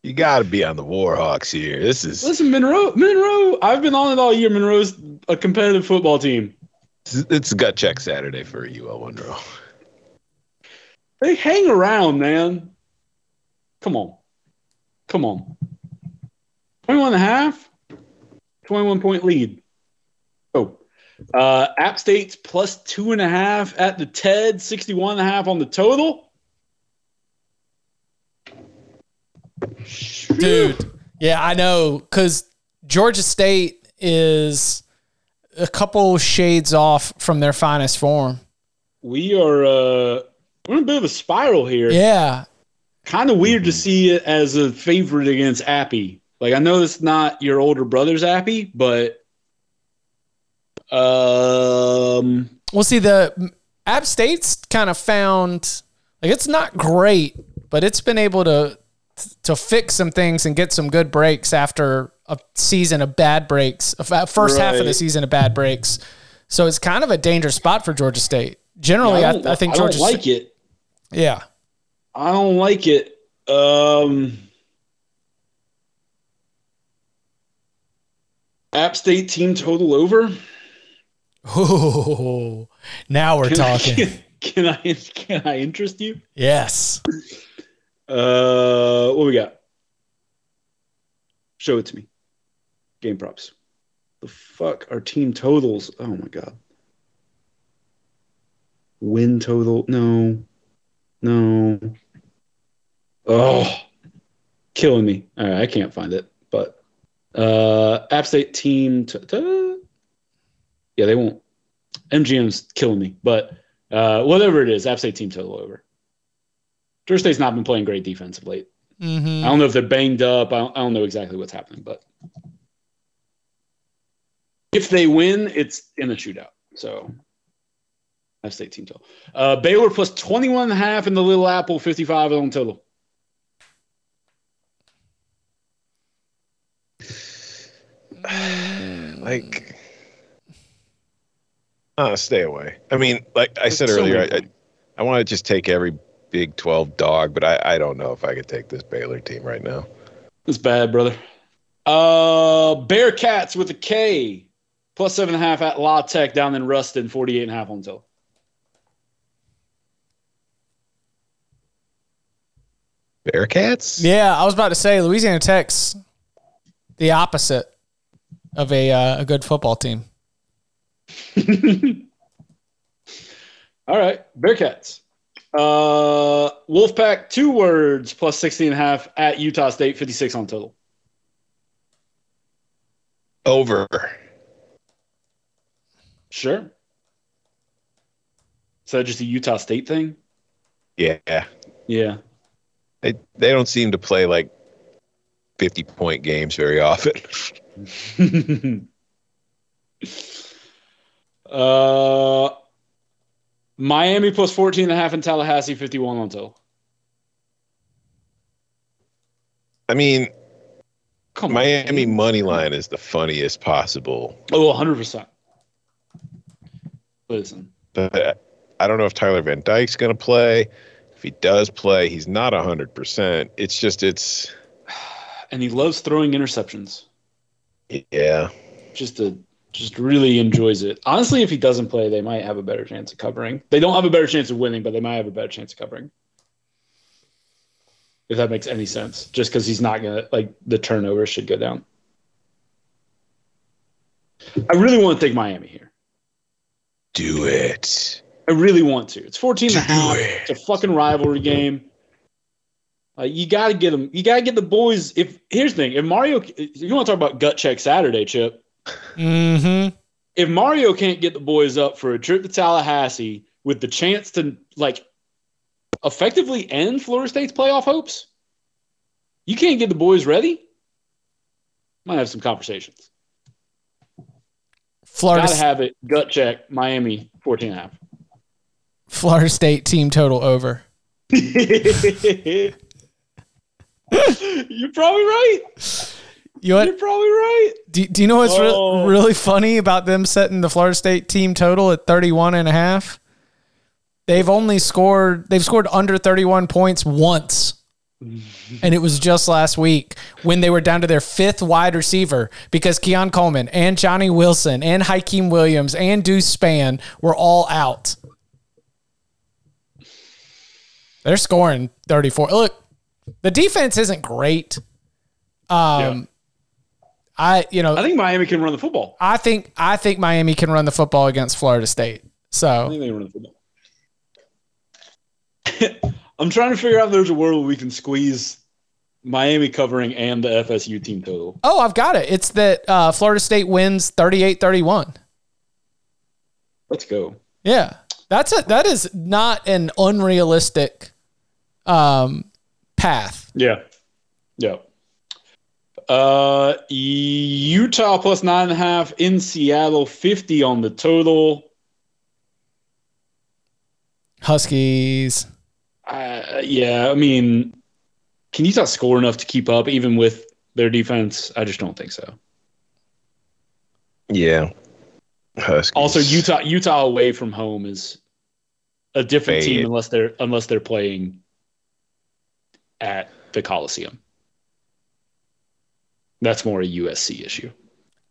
[SPEAKER 3] You got to be on the Warhawks here. This is
[SPEAKER 1] Listen, Monroe, Monroe, I've been on it all year. Monroe's a competitive football team.
[SPEAKER 3] it's gut check Saturday for you, I wonder.
[SPEAKER 1] They hang around, man. Come on. Come on. 21 and a half? 21 point lead. Oh, uh, App State's plus two and a half at the TED, 61 and a half on the total.
[SPEAKER 2] dude. Yeah, I know. Because Georgia State is a couple shades off from their finest form.
[SPEAKER 1] We are uh, we're in a bit of a spiral here.
[SPEAKER 2] Yeah,
[SPEAKER 1] Kind of weird to
[SPEAKER 2] Mm-hmm.
[SPEAKER 1] see it as a favorite against Appy. Like I know it's not your older brother's Appy, but um,
[SPEAKER 2] Well, see, the App State's kind of found like it's not great, but it's been able to to fix some things and get some good breaks after a season of bad breaks, a fa- first half of the
[SPEAKER 1] Right.
[SPEAKER 2] season of bad breaks. So it's kind of a dangerous spot for Georgia State. Generally,
[SPEAKER 1] I,
[SPEAKER 2] I,
[SPEAKER 1] don't,
[SPEAKER 2] Oh, I think
[SPEAKER 1] I don't
[SPEAKER 2] Georgia.
[SPEAKER 1] like it.
[SPEAKER 2] State, yeah,
[SPEAKER 1] I don't like it. Um, App State team total over.
[SPEAKER 2] Ooh, now we're
[SPEAKER 1] Can I-
[SPEAKER 2] talking.
[SPEAKER 1] Can, I can I interest you?
[SPEAKER 2] yes,
[SPEAKER 1] Uh, what we got? Show it to me. Game props. The fuck are team totals? Oh my god. Win total? No, no. Oh, killing me. All right, I can't find it. But uh, App State team. T- t- yeah, they won't. MGM's killing me. But uh, whatever it is, App State team total over. Georgia State's not been playing great defense of late.
[SPEAKER 2] hmm
[SPEAKER 1] I don't know if they're banged up. I don't, I don't know exactly what's happening, but if they win, it's in a shootout. So F State team total. Uh, Baylor plus 21 and a half in the Little Apple, 55 on total.
[SPEAKER 3] Like, uh, stay away. I mean, like I said
[SPEAKER 1] It's so
[SPEAKER 3] earlier, I, I,
[SPEAKER 1] weird.
[SPEAKER 3] I want to just take every Big 12 dog, but I, I don't know if I could take this Baylor team right now.
[SPEAKER 1] That's bad, brother. Uh, Bearcats with a K plus seven and a half at La Tech down in Ruston, 48 and a half on total.
[SPEAKER 3] Bearcats?
[SPEAKER 2] yeah. I was about to say Louisiana Tech's the opposite of a uh, a good football team.
[SPEAKER 1] All right, Bearcats. Uh, Wolfpack, two words, plus 16 and a half at Utah State, 56 on total.
[SPEAKER 3] Over.
[SPEAKER 1] Sure. So just a Utah State thing?
[SPEAKER 3] Yeah.
[SPEAKER 1] Yeah.
[SPEAKER 3] They, they don't seem to play like 50 point games very often.
[SPEAKER 1] uh, Miami plus 14 and a half in Tallahassee, 51 on total.
[SPEAKER 3] I mean, Oh,
[SPEAKER 1] Come
[SPEAKER 3] Miami
[SPEAKER 1] on.
[SPEAKER 3] money line is the funniest possible,
[SPEAKER 1] Oh, 100%. Listen.
[SPEAKER 3] but I don't know if Tyler Van Dyke's going to play. If he does play, he's not 100%. It's just, it's,
[SPEAKER 1] And he loves throwing interceptions.
[SPEAKER 3] yeah.
[SPEAKER 1] just a just really enjoys it. Honestly, if he doesn't play, they might have a better chance of covering. They don't have a better chance of winning, but they might have a better chance of covering. If that makes any sense, just because he's not gonna like the turnover should go down. I really want to take Miami here.
[SPEAKER 3] Do it.
[SPEAKER 1] I really want to. It's 14 and a half.
[SPEAKER 3] Do
[SPEAKER 1] It's a fucking rivalry game. Like you got to get them. You got to get the boys. If here's the thing, if Mario, you want to talk about gut check Saturday, Chip.
[SPEAKER 2] Mm-hmm.
[SPEAKER 1] if Mario can't get the boys up for a trip to Tallahassee with the chance to like effectively end Florida State's playoff hopes, you can't get the boys ready. Might have some conversations.
[SPEAKER 2] Florida
[SPEAKER 1] Gotta have it. Gut check. Miami 14 and a half.
[SPEAKER 2] Florida State team total over.
[SPEAKER 1] You're probably right.
[SPEAKER 2] You know
[SPEAKER 1] You're
[SPEAKER 2] what?
[SPEAKER 1] probably right.
[SPEAKER 2] Do, do you know what's re-
[SPEAKER 1] Oh.
[SPEAKER 2] really funny about them setting the Florida State team total at 31 and a half? They've only scored they've scored under 31 points once. And it was just last week when they were down to their fifth wide receiver because Keon Coleman and Johnny Wilson and Hakeem Williams and Deuce Span were all out. They're scoring 34. Look, the defense isn't great. Um, I you know
[SPEAKER 1] I think Miami can run the football.
[SPEAKER 2] I think I think Miami can run the football against Florida State.
[SPEAKER 1] I
[SPEAKER 2] So
[SPEAKER 1] think they can run the football. I'm trying to figure out if there's a world where we can squeeze Miami covering and the FSU team total.
[SPEAKER 2] oh, I've got it. It's that uh, Florida State wins 38-31.
[SPEAKER 1] Let's go.
[SPEAKER 2] Yeah. That's a that is not an unrealistic um path.
[SPEAKER 1] Yeah. Yeah. Uh, Utah plus nine and a half in Seattle, 50 on the total.
[SPEAKER 2] Huskies.
[SPEAKER 1] Uh, yeah, I mean, can Utah score enough to keep up even with their defense? I just don't think so.
[SPEAKER 3] Yeah. Huskies.
[SPEAKER 1] Also, Utah Utah away from home is a different
[SPEAKER 3] Fade.
[SPEAKER 1] team unless they're unless they're playing at the Coliseum. That's more a USC issue.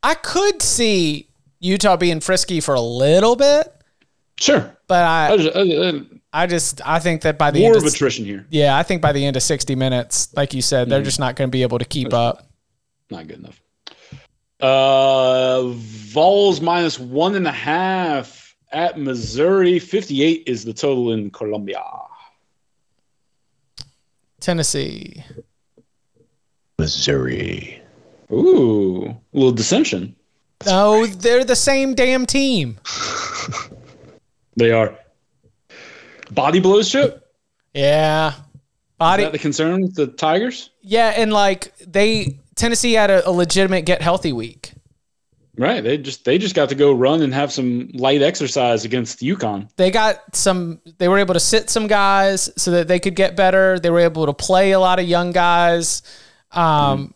[SPEAKER 2] I could see Utah being frisky for a little bit,
[SPEAKER 1] Sure,
[SPEAKER 2] but
[SPEAKER 1] I
[SPEAKER 2] I
[SPEAKER 1] just, I, I-
[SPEAKER 2] I just I think that by the
[SPEAKER 1] war
[SPEAKER 2] end
[SPEAKER 1] of
[SPEAKER 2] of
[SPEAKER 1] attrition here.
[SPEAKER 2] yeah, I think by the end of 60 minutes, like you said, they're
[SPEAKER 1] Mhm.
[SPEAKER 2] just not going to be able to keep up.
[SPEAKER 1] Not good enough. Uh, Vols minus one and a half at Missouri. Fifty-eight is the total in Columbia.
[SPEAKER 2] Tennessee.
[SPEAKER 3] Missouri.
[SPEAKER 1] Ooh, a little dissension.
[SPEAKER 2] No, Oh, they're the same damn team.
[SPEAKER 1] They are body blows. Chip.
[SPEAKER 2] Yeah.
[SPEAKER 1] Is
[SPEAKER 2] Body
[SPEAKER 1] that the concern with the Tigers?
[SPEAKER 2] Yeah, and like they Tennessee had a, a legitimate get healthy week.
[SPEAKER 1] Right. They just they just got to go run and have some light exercise against Yukon.
[SPEAKER 2] They got some they were able to sit some guys so that they could get better. They were able to play a lot of young guys. Um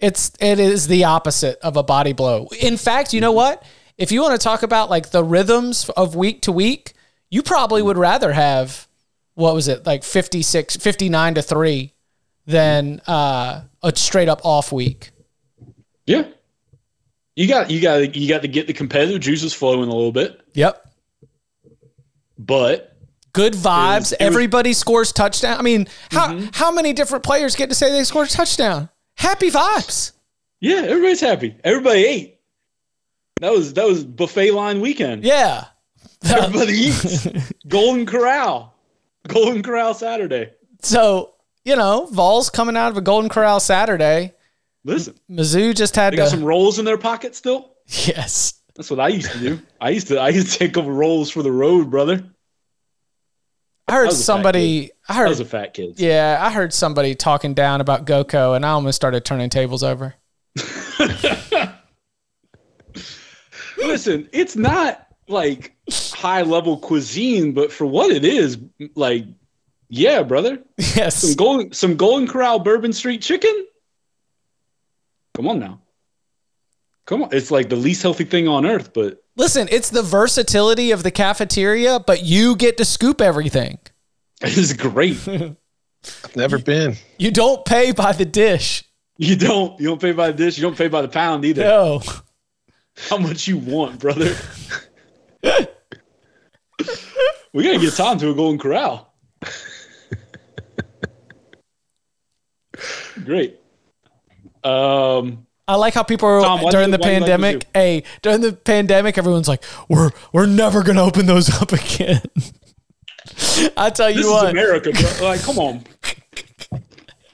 [SPEAKER 2] it's it is the opposite of a body blow. In fact, you know what? If you want to talk about like the rhythms of week to week, you probably would rather have what was it? Like 56 59 to 3 than uh a straight up off week.
[SPEAKER 1] Yeah. You got you got you got to get the competitive juices flowing a little bit,
[SPEAKER 2] Yep.
[SPEAKER 1] but
[SPEAKER 2] good vibes.
[SPEAKER 1] it was-
[SPEAKER 2] Everybody scores touchdown. I mean, how
[SPEAKER 1] Mm-hmm.
[SPEAKER 2] how many different players get to say they scored a touchdown? Happy vibes.
[SPEAKER 1] yeah, everybody's happy. Everybody ate. That was that was buffet line weekend.
[SPEAKER 2] Yeah.
[SPEAKER 1] Everybody eats. Golden Corral. Golden Corral Saturday.
[SPEAKER 2] So you know, Vols coming out of a Golden Corral Saturday.
[SPEAKER 1] Listen,
[SPEAKER 2] Mizzou just had
[SPEAKER 1] they got
[SPEAKER 2] to.
[SPEAKER 1] some rolls in their pocket still.
[SPEAKER 2] yes.
[SPEAKER 1] That's what I used to do. I used to I used to take over rolls for the road, brother.
[SPEAKER 2] I heard
[SPEAKER 1] was a fat
[SPEAKER 2] somebody. I
[SPEAKER 1] I
[SPEAKER 2] heard.
[SPEAKER 1] was a fat kid.
[SPEAKER 2] yeah, I heard somebody talking down about Goko, and I almost started turning tables over.
[SPEAKER 1] Listen, it's not like high level cuisine, but for what it is, like, yeah, brother, some
[SPEAKER 2] Yes.
[SPEAKER 1] golden, some Golden Corral Bourbon Street chicken. Come on now, come on. It's like the least healthy thing on earth, but
[SPEAKER 2] Listen, it's the versatility of the cafeteria, but you get to scoop everything.
[SPEAKER 1] it is great.
[SPEAKER 3] I've never been.
[SPEAKER 2] You don't pay by the dish.
[SPEAKER 1] You don't, you don't pay by the dish, you don't pay by the pound either.
[SPEAKER 2] No.
[SPEAKER 1] How much you want, brother? we gotta get Tom to a Golden Corral. Great. Um,
[SPEAKER 2] I like how people are
[SPEAKER 1] Tom, why do
[SPEAKER 2] during
[SPEAKER 1] you-
[SPEAKER 2] the
[SPEAKER 1] why do you like
[SPEAKER 2] pandemic.
[SPEAKER 1] Mizzou?
[SPEAKER 2] hey, during the pandemic, everyone's like, "We're we're never gonna open those up again." I tell
[SPEAKER 1] this
[SPEAKER 2] you
[SPEAKER 1] is
[SPEAKER 2] what,
[SPEAKER 1] America, bro. Like, come on.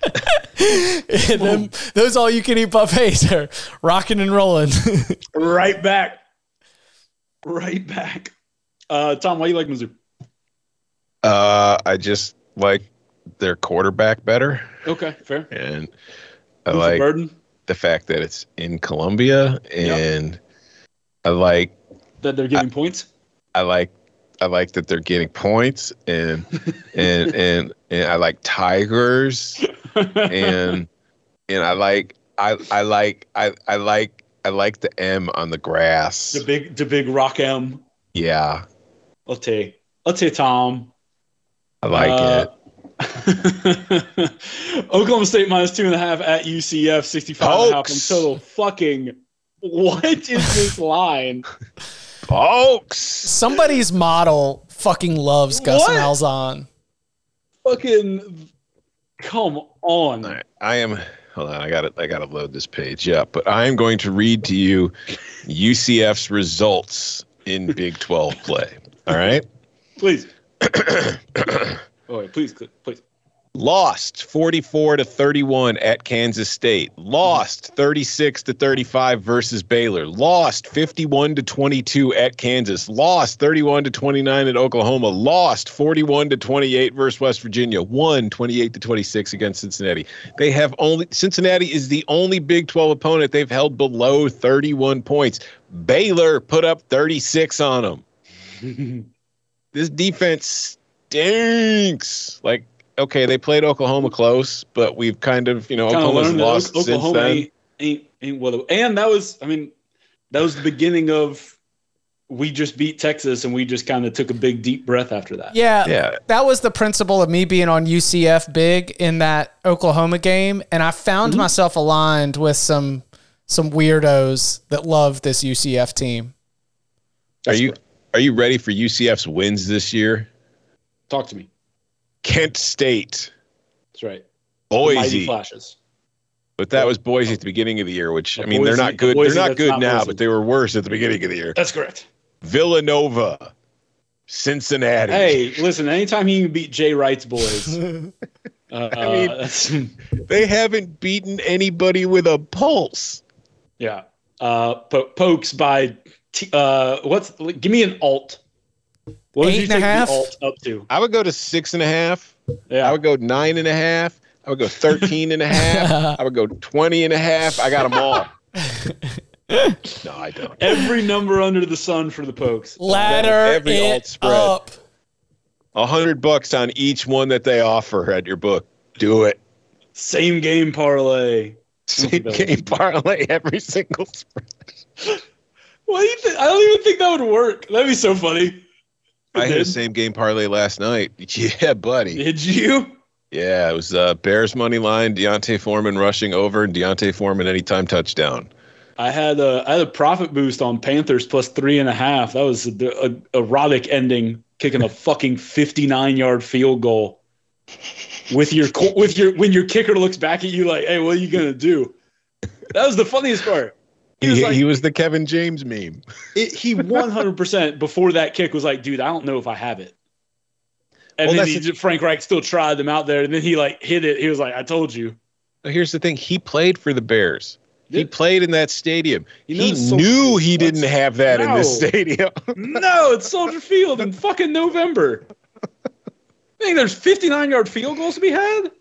[SPEAKER 2] them, those all-you-can-eat buffets are rocking and rolling.
[SPEAKER 1] Right back. Right back. Uh, Tom, why you like Mizzou?
[SPEAKER 3] Uh, I just like their quarterback better,
[SPEAKER 1] Okay, fair.
[SPEAKER 3] and I
[SPEAKER 1] Who's the
[SPEAKER 3] like
[SPEAKER 1] burden?
[SPEAKER 3] the fact that it's in Colombia, and I like
[SPEAKER 1] That they're getting points.
[SPEAKER 3] I like I like that they're getting points, and and and and I like tigers. and and I like I I like I I like I like the M on the grass.
[SPEAKER 1] the big, the big rock M.
[SPEAKER 3] Yeah,
[SPEAKER 1] I'll take, I'll take Tom.
[SPEAKER 3] I like
[SPEAKER 1] Uh,
[SPEAKER 3] it.
[SPEAKER 1] Oklahoma State minus two and a half at UCF, 65 and a half on
[SPEAKER 3] Pokes.
[SPEAKER 1] total. Fucking, what is this line?
[SPEAKER 3] Folks,
[SPEAKER 2] Somebody's model fucking loves Gus
[SPEAKER 1] What?
[SPEAKER 2] Malzahn.
[SPEAKER 1] Fucking, come on.
[SPEAKER 3] I am Hold on, I got it. I got to load this page up. But I am going to read to you UCF's results in Big 12 play. All right.
[SPEAKER 1] Please. oh, wait, please, cl- please.
[SPEAKER 3] Lost 44 to 31 at Kansas State. Lost 36 to 35 versus Baylor. Lost 51 to 22 at Kansas. Lost 31 to 29 at Oklahoma. Lost 41 to 28 versus West Virginia. Won 28 to 26 against Cincinnati. They have only Cincinnati is the only Big 12 opponent they've held below 31 points. Baylor put up 36 on them. this defense stinks. Like, okay, they played Oklahoma close, but we've kind of, you know,
[SPEAKER 1] Kinda
[SPEAKER 3] Oklahoma's
[SPEAKER 1] learned that
[SPEAKER 3] lost
[SPEAKER 1] O- Oklahoma
[SPEAKER 3] since
[SPEAKER 1] ain't, ain't, ain't what it- and that was, I mean, that was the beginning of we just beat Texas and we just kind of took a big deep breath after that.
[SPEAKER 2] Yeah,
[SPEAKER 3] then. Yeah.
[SPEAKER 2] that was the principle of me being on UCF big in that Oklahoma game, and I found
[SPEAKER 1] Mm-hmm.
[SPEAKER 2] myself aligned with some some weirdos that love this UCF team.
[SPEAKER 3] Are you are you ready for UCF's wins this year?
[SPEAKER 1] Talk to me.
[SPEAKER 3] Kent State,
[SPEAKER 1] That's right. Mighty
[SPEAKER 3] Boise.
[SPEAKER 1] flashes.
[SPEAKER 3] But that was Boise at the beginning of the year, which I mean they're
[SPEAKER 1] Boise-
[SPEAKER 3] not good.
[SPEAKER 1] Boise
[SPEAKER 3] they're not
[SPEAKER 1] that's
[SPEAKER 3] good
[SPEAKER 1] not
[SPEAKER 3] now,
[SPEAKER 1] Boise.
[SPEAKER 3] but they were worse at the beginning of the year.
[SPEAKER 1] That's correct.
[SPEAKER 3] Villanova, Cincinnati.
[SPEAKER 1] Hey, listen, anytime he can beat Jay Wright's boys, uh,
[SPEAKER 3] I mean-
[SPEAKER 1] that's-
[SPEAKER 3] They haven't beaten anybody with a pulse.
[SPEAKER 1] yeah. Uh, po- pokes by, t- uh, what's, give me an alt. What
[SPEAKER 2] Eight
[SPEAKER 1] did you
[SPEAKER 2] and a
[SPEAKER 1] take
[SPEAKER 2] half?
[SPEAKER 1] the alt up to?
[SPEAKER 3] I would go to six and a half. I
[SPEAKER 1] Yeah.
[SPEAKER 3] would go nine and a half. I would go 13 and a half. I would go 20 and a half. I got them all. no, I don't.
[SPEAKER 1] Every number under the sun for the pokes.
[SPEAKER 2] Ladder
[SPEAKER 3] Every
[SPEAKER 2] it
[SPEAKER 3] alt spread.
[SPEAKER 2] up.
[SPEAKER 3] A hundred bucks on each one that they offer at your book. Do it.
[SPEAKER 1] Same game parlay.
[SPEAKER 3] Same game parlay every single spread.
[SPEAKER 1] What do you think? I don't even think that would work. That'd be so funny.
[SPEAKER 3] I had a
[SPEAKER 1] Did-
[SPEAKER 3] same game parlay last night. Yeah, buddy.
[SPEAKER 1] Did you?
[SPEAKER 3] Yeah, it was uh, Bears money line, Deontay Foreman rushing over, and Deontay Foreman anytime touchdown.
[SPEAKER 1] I had a I had a profit boost on Panthers plus three and a half. That was a, a erotic ending, kicking a fucking fifty nine yard field goal with your co- with your when your kicker looks back at you like, hey, what are you gonna do? That was the funniest part. He was like-
[SPEAKER 3] the Kevin James meme.
[SPEAKER 1] It, he one hundred percent before that kick was like, dude, I don't know if I have it. And
[SPEAKER 3] Well,
[SPEAKER 1] then
[SPEAKER 3] that's
[SPEAKER 1] he,
[SPEAKER 3] the-
[SPEAKER 1] Frank Reich still tried them out there, and then he like hit it. He was like, I told you.
[SPEAKER 3] Here's the thing he played for the Bears. He
[SPEAKER 1] Did-
[SPEAKER 3] played in that stadium.
[SPEAKER 1] You know
[SPEAKER 3] he
[SPEAKER 1] it's so-
[SPEAKER 3] knew he didn't
[SPEAKER 1] what's-
[SPEAKER 3] have that in this
[SPEAKER 1] No.
[SPEAKER 3] stadium.
[SPEAKER 1] No, it's Soldier Field in fucking November. I think there's 59 yard field goals to be had.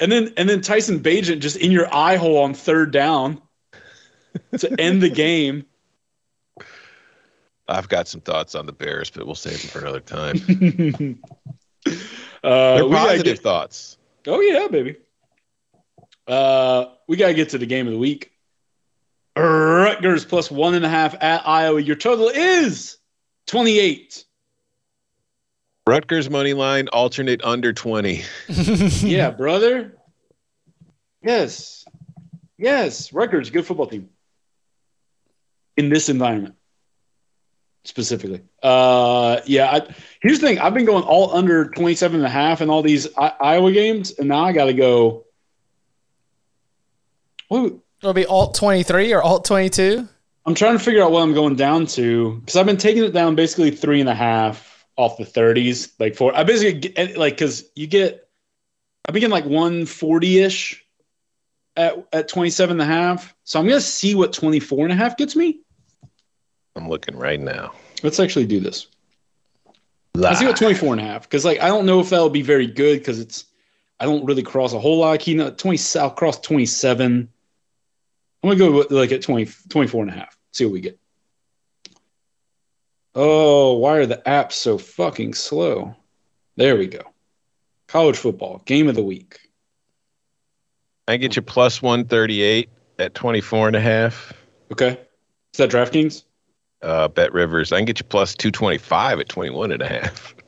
[SPEAKER 1] And then and then Tyson Bajent just in your eye hole on third down to end the game.
[SPEAKER 3] I've got some thoughts on the Bears, but we'll save them for another time.
[SPEAKER 1] uh, we
[SPEAKER 3] They're
[SPEAKER 1] gotta
[SPEAKER 3] positive
[SPEAKER 1] get,
[SPEAKER 3] thoughts.
[SPEAKER 1] oh yeah, baby. Uh, we gotta get to the game of the week. Rutgers plus one and a half at Iowa. Your total is 28.
[SPEAKER 3] Rutgers money line, alternate under 20.
[SPEAKER 1] yeah, brother. Yes. Yes. Records, good football team. In this environment, specifically. Uh, yeah. I, here's the thing I've been going all under 27 and a half in all these I- Iowa games, and now I got to go. What,
[SPEAKER 2] It'll be alt twenty three or alt twenty two.
[SPEAKER 1] I'm trying to figure out what I'm going down to because I've been taking it down basically three and a half off the 30s, like four. I basically get, like because you get, I've been getting like 140 ish at at 27 and a half. So I'm gonna see what 24 and a half gets me.
[SPEAKER 3] I'm looking right now.
[SPEAKER 1] Let's actually do this. I see what 24 and a half because like I don't know if that'll be very good because it's I don't really cross a whole lot of keynote 20 I'll cross 27 I'm gonna go with, like at 20 24 and a half see what we get oh why are the apps so fucking slow there we go college football game of the week
[SPEAKER 3] I get you plus 138 at 24 and a half.
[SPEAKER 1] okay is that DraftKings
[SPEAKER 3] Uh, Bet Rivers. I can get you plus 225 at 21 and a half.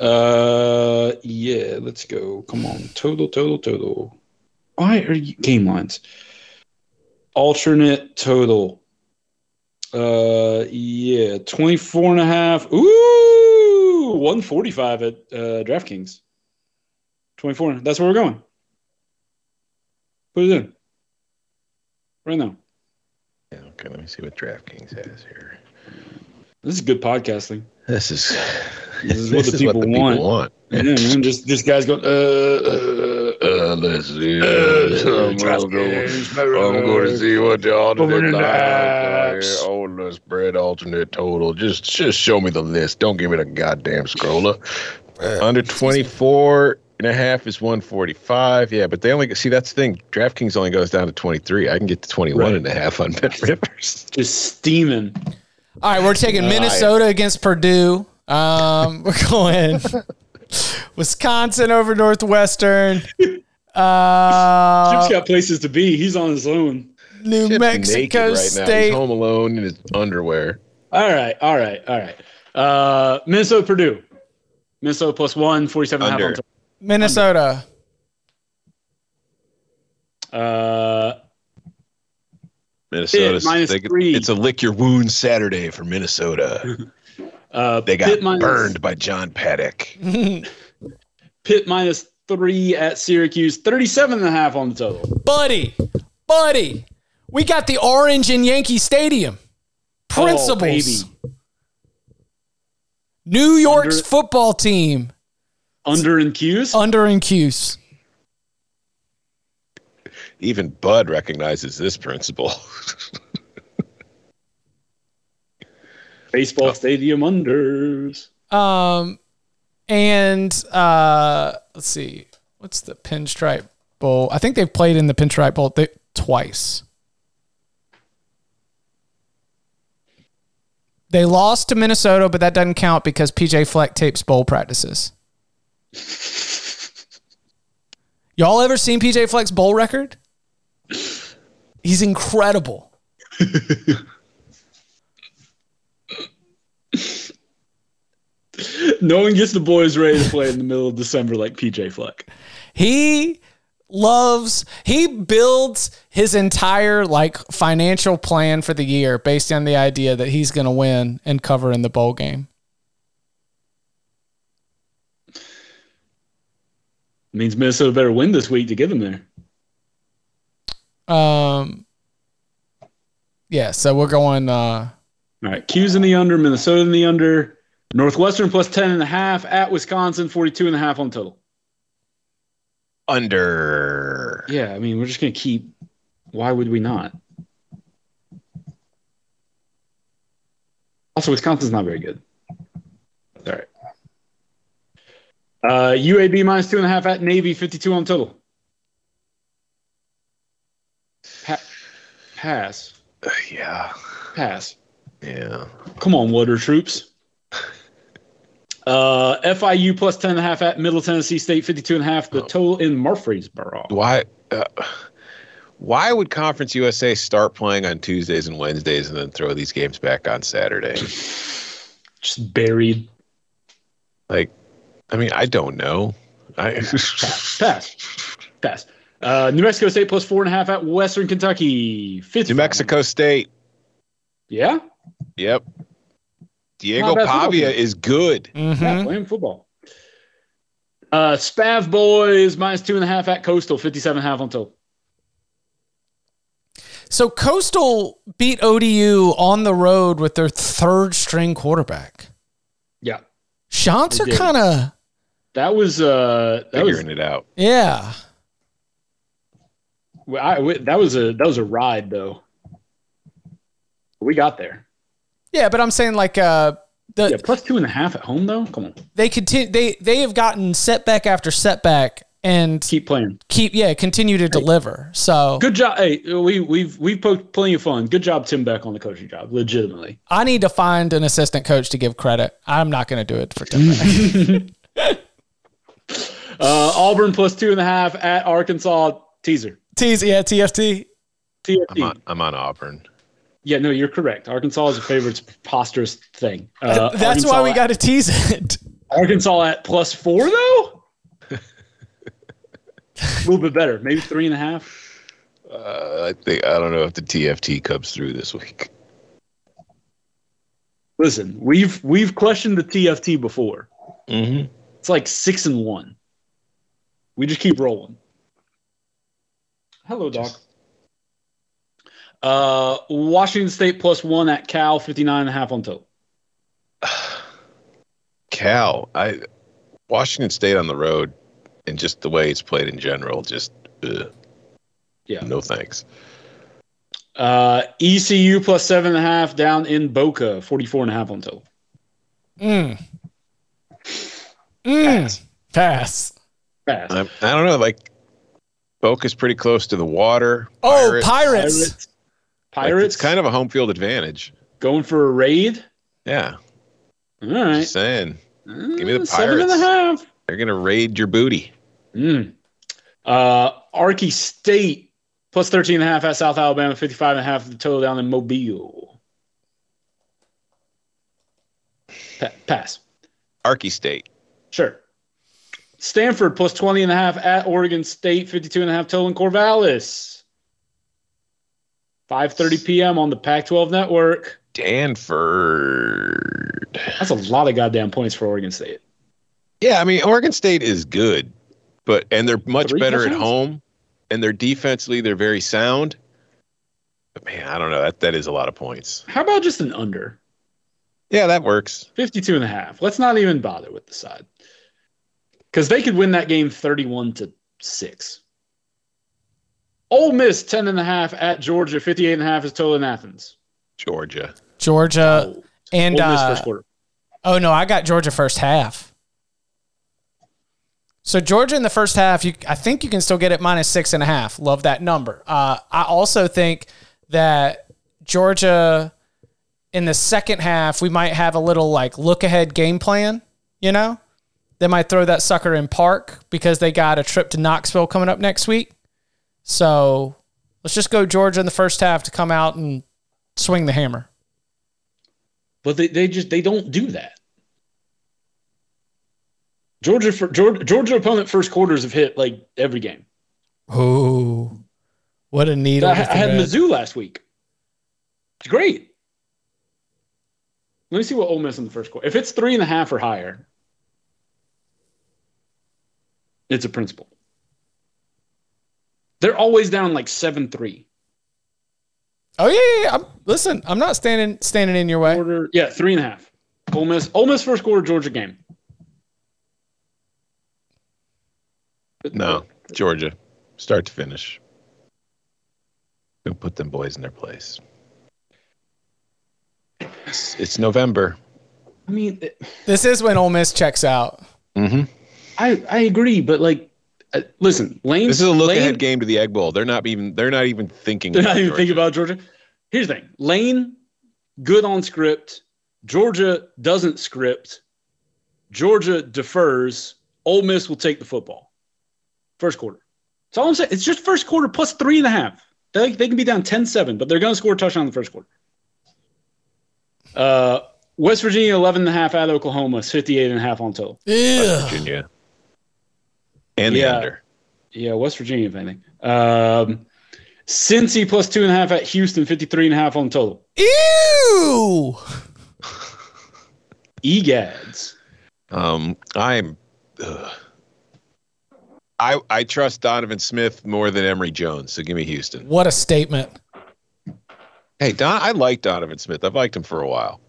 [SPEAKER 1] Uh, yeah, let's go. Come on, total, total, total. Why are you game lines? Alternate total. Uh, yeah, 24 and a half. Ooh, 145 at uh, DraftKings. 24. That's where we're going. Put it in. Right now.
[SPEAKER 3] Yeah, okay, let me see what DraftKings has here.
[SPEAKER 1] This is good podcasting.
[SPEAKER 3] This is
[SPEAKER 1] This is what the people want. Yeah, man. Just just guys go, uh, uh, uh.
[SPEAKER 3] Uh, let's see.
[SPEAKER 1] Uh,
[SPEAKER 3] I'm, gonna go, I'm going to see what the
[SPEAKER 1] Over
[SPEAKER 3] alternate
[SPEAKER 1] the laps.
[SPEAKER 3] lines are. Alternate spread, alternate total. Just, just show me the list. Don't give me the goddamn scroller. Under 24 and a half is 145. Yeah, but they only see that's the thing. DraftKings only goes down to 23. I can get to 21
[SPEAKER 1] Right.
[SPEAKER 3] and a half on Bet Rivers.
[SPEAKER 1] just steaming.
[SPEAKER 2] All right, we're taking Minnesota against Purdue. Um, we're going Wisconsin over Northwestern. Uh,
[SPEAKER 1] Chip's got places to be. He's on his own.
[SPEAKER 2] New
[SPEAKER 3] Chip's
[SPEAKER 2] Mexico
[SPEAKER 3] naked Now.
[SPEAKER 2] State.
[SPEAKER 3] He's home alone in his underwear.
[SPEAKER 1] All right, all right, all right. Uh, Minnesota, Purdue. Minnesota plus one, 47 and a half
[SPEAKER 3] Under.
[SPEAKER 1] on
[SPEAKER 2] Minnesota.
[SPEAKER 1] top. Uh,
[SPEAKER 3] Minnesota's
[SPEAKER 1] minus
[SPEAKER 3] they-
[SPEAKER 1] three.
[SPEAKER 3] It's a lick your wound Saturday for Minnesota.
[SPEAKER 1] uh,
[SPEAKER 3] They got
[SPEAKER 1] Pitt minus-
[SPEAKER 3] burned by John Paddock.
[SPEAKER 1] Pitt minus three at Syracuse, 37 and a half on the total.
[SPEAKER 2] buddy, buddy, we got the orange in Yankee Stadium.
[SPEAKER 1] Oh,
[SPEAKER 2] Principals.
[SPEAKER 1] baby.
[SPEAKER 2] New York's
[SPEAKER 1] Under-
[SPEAKER 2] football team
[SPEAKER 1] Under and Q's.
[SPEAKER 2] under in Cuse.
[SPEAKER 3] Even Bud recognizes this principle. Oh.
[SPEAKER 1] Baseball stadium unders.
[SPEAKER 2] Um, and uh, let's see, what's the Pinstripe Bowl? I think they've played in the Pinstripe Bowl th- twice. They lost to Minnesota, but that doesn't count because PJ Fleck tapes bowl practices. Y'all ever seen PJ Fleck's bowl record? He's incredible.
[SPEAKER 1] No one gets the boys ready to play in the middle of December like PJ Fleck.
[SPEAKER 2] he loves he builds his entire like financial plan for the year based on the idea that he's going to win and cover in the bowl game
[SPEAKER 1] means Minnesota better win this week to get them there.
[SPEAKER 2] um yeah so we're going uh
[SPEAKER 1] All right, Q's in the under, Minnesota in the under, Northwestern plus 10 and a half at Wisconsin, 42 and a half on total.
[SPEAKER 3] Under.
[SPEAKER 1] Yeah, I mean, we're just going to keep. Why would we not? Also, Wisconsin's not very good. All right. Uh, UAB minus two and a half at Navy, 52 on total. Pa- pass.
[SPEAKER 3] Yeah.
[SPEAKER 1] Pass.
[SPEAKER 3] Yeah.
[SPEAKER 1] Come on, water troops. Uh, FIU plus 10 and a half at Middle Tennessee State, 52 and a half. The total in Murfreesboro.
[SPEAKER 3] Why? Uh, why would Conference USA start playing on Tuesdays and Wednesdays and then throw these games back on Saturday?
[SPEAKER 1] Just buried.
[SPEAKER 3] Like, I mean, I don't know. I
[SPEAKER 1] Pass. Pass. Uh, New Mexico State plus four and a half at Western Kentucky. 50.
[SPEAKER 3] New Mexico State.
[SPEAKER 1] Yeah.
[SPEAKER 3] Yep. Diego
[SPEAKER 1] Not bad football
[SPEAKER 3] Pavia
[SPEAKER 1] team.
[SPEAKER 3] is good.
[SPEAKER 1] Yeah.
[SPEAKER 2] mhm.
[SPEAKER 1] Playing football. Uh, Spav Boys minus two and a half at Coastal. 57 and a half on total.
[SPEAKER 2] so coastal beat odu on the road with their third string quarterback
[SPEAKER 1] Yeah.
[SPEAKER 2] shots
[SPEAKER 1] They
[SPEAKER 2] are
[SPEAKER 1] did.
[SPEAKER 2] kind of
[SPEAKER 1] That was, uh, that was,
[SPEAKER 3] Figuring it out.
[SPEAKER 2] yeah
[SPEAKER 1] I, I- that was a, that was a ride though. We got there.
[SPEAKER 2] yeah but i'm saying like uh the,
[SPEAKER 1] Yeah, plus two and a half at home though. Come on,
[SPEAKER 2] they continue they they have gotten setback after setback and
[SPEAKER 1] keep playing.
[SPEAKER 2] keep yeah continue to deliver so
[SPEAKER 1] Good job. Hey, we we've we've poked plenty of fun. Good job, Tim Beck, on the coaching job. Legitimately,
[SPEAKER 2] i need to find an assistant coach to give credit i'm not going to do it for
[SPEAKER 1] Mm.
[SPEAKER 2] tim Beck.
[SPEAKER 1] uh, Auburn plus two and a half at Arkansas. Teaser.
[SPEAKER 2] T's, yeah tft
[SPEAKER 1] TFT.
[SPEAKER 3] I'm on, I'm on Auburn.
[SPEAKER 1] Yeah, no, you're correct. Arkansas is a favorite. It's a preposterous thing. Uh,
[SPEAKER 2] that's why
[SPEAKER 1] Arkansas
[SPEAKER 2] we
[SPEAKER 1] at-
[SPEAKER 2] got to tease it
[SPEAKER 1] Arkansas at plus four though. a little bit better, maybe three and a half.
[SPEAKER 3] Uh, I think I don't know if the TFT comes through this week.
[SPEAKER 1] Listen, we've we've questioned the TFT before.
[SPEAKER 3] Mm-hmm.
[SPEAKER 1] It's like six and one. We just keep rolling. Hello, Doc. Uh, Washington State plus one at Cal, 59 and a half on total.
[SPEAKER 3] Cal, I Washington State on the road, and just the way it's played in general, just ugh,
[SPEAKER 1] Yeah.
[SPEAKER 3] no thanks.
[SPEAKER 1] Uh, ECU plus seven and a half down in Boca, 44 and a half on total.
[SPEAKER 2] Mm. Mm. Pass.
[SPEAKER 1] Fast.
[SPEAKER 3] I, I don't know, like Boca's pretty close to the water.
[SPEAKER 2] Oh,
[SPEAKER 3] Pirates,
[SPEAKER 2] Pirates.
[SPEAKER 3] like,
[SPEAKER 1] Pirates
[SPEAKER 3] it's kind of a home field advantage.
[SPEAKER 1] going for a raid.
[SPEAKER 3] Yeah,
[SPEAKER 1] All right.
[SPEAKER 3] just saying
[SPEAKER 1] Give
[SPEAKER 3] me the
[SPEAKER 1] Seven and a
[SPEAKER 3] Pirates.
[SPEAKER 1] half.
[SPEAKER 3] they're gonna raid your booty.
[SPEAKER 1] Mm. Uh, Arky State plus 13 and a half at South Alabama, 55 and a half the total down in Mobile. Pa- pass.
[SPEAKER 3] Arky State.
[SPEAKER 1] Sure. Stanford plus 20 and a half at Oregon State, 52 and a half total in Corvallis. 5.30 p.m. on the Pac-12 network.
[SPEAKER 3] Danford.
[SPEAKER 1] That's a lot of goddamn points for Oregon State.
[SPEAKER 3] Yeah, I mean Oregon State is good, but and they're much
[SPEAKER 1] Three
[SPEAKER 3] better at
[SPEAKER 1] touchdowns?
[SPEAKER 3] home, and they're defensively they're very sound. But man, I don't know that that is a lot of points.
[SPEAKER 1] How about just an under?
[SPEAKER 3] Yeah, that works.
[SPEAKER 1] 52 and a half. Let's not even bother with the side. Because they could win that game 31 to 6. Ole Miss 10 and a half at Georgia, 58 and a half is total in Athens.
[SPEAKER 3] Georgia.
[SPEAKER 2] Georgia.
[SPEAKER 1] Oh. Ole
[SPEAKER 2] And
[SPEAKER 1] Miss
[SPEAKER 2] uh,
[SPEAKER 1] first quarter.
[SPEAKER 2] Oh no, I got Georgia first half. So Georgia in the first half, you I think you can still get it minus six and a half. Love that number. Uh, I also think that Georgia in the second half, we might have a little like look ahead game plan. You know, they might throw that sucker in park because they got a trip to Knoxville coming up next week. So let's just go Georgia in the first half to come out and swing the hammer.
[SPEAKER 1] But they, they just they don't do that. Georgia for Georgia, Georgia opponent first quarters have hit like every game.
[SPEAKER 2] Oh, what a needle!
[SPEAKER 1] I, I
[SPEAKER 2] with the
[SPEAKER 1] had
[SPEAKER 2] thread.
[SPEAKER 1] Mizzou last week. It's great. Let me see what Ole Miss in the first quarter. If it's three and a half or higher, it's a principle. They're always down like seven three.
[SPEAKER 2] Oh yeah, yeah, yeah. I'm, listen, I'm not standing standing in your way.
[SPEAKER 1] Quarter, yeah, three and a half. Ole Miss, Ole Miss first quarter Georgia game.
[SPEAKER 3] No, Georgia. Start to finish. Don't put them boys in their place. It's, it's November.
[SPEAKER 1] I mean, it-
[SPEAKER 2] This is when Ole Miss checks out.
[SPEAKER 3] Mm-hmm.
[SPEAKER 1] I I agree, but like, uh, listen, Lane.
[SPEAKER 3] This is a look
[SPEAKER 1] Lane,
[SPEAKER 3] ahead game to the Egg Bowl. They're not even. They're not even thinking.
[SPEAKER 1] They're not even
[SPEAKER 3] Georgia.
[SPEAKER 1] thinking about Georgia. Here's the thing Lane, good on script. Georgia doesn't script. Georgia defers. Ole Miss will take the football. First quarter. That's all I'm saying. It's just first quarter plus three and a half. They, they can be down 10 7, but they're going to score a touchdown in the first quarter. Uh, West Virginia, 11 and a half at Oklahoma, 58 and a half on total.
[SPEAKER 3] West
[SPEAKER 2] Yeah.
[SPEAKER 3] Virginia. And the
[SPEAKER 1] Yeah.
[SPEAKER 3] under.
[SPEAKER 1] Yeah, West Virginia, if anything. Um, Cincy plus two and a half at Houston, 53 and a half on total.
[SPEAKER 2] Ew.
[SPEAKER 1] E EGADS.
[SPEAKER 3] Um, I'm. Ugh. I I trust Donovan Smith more than Emory Jones. So give me Houston.
[SPEAKER 2] What a statement.
[SPEAKER 3] Hey Don, I like Donovan Smith. I've liked him for a while.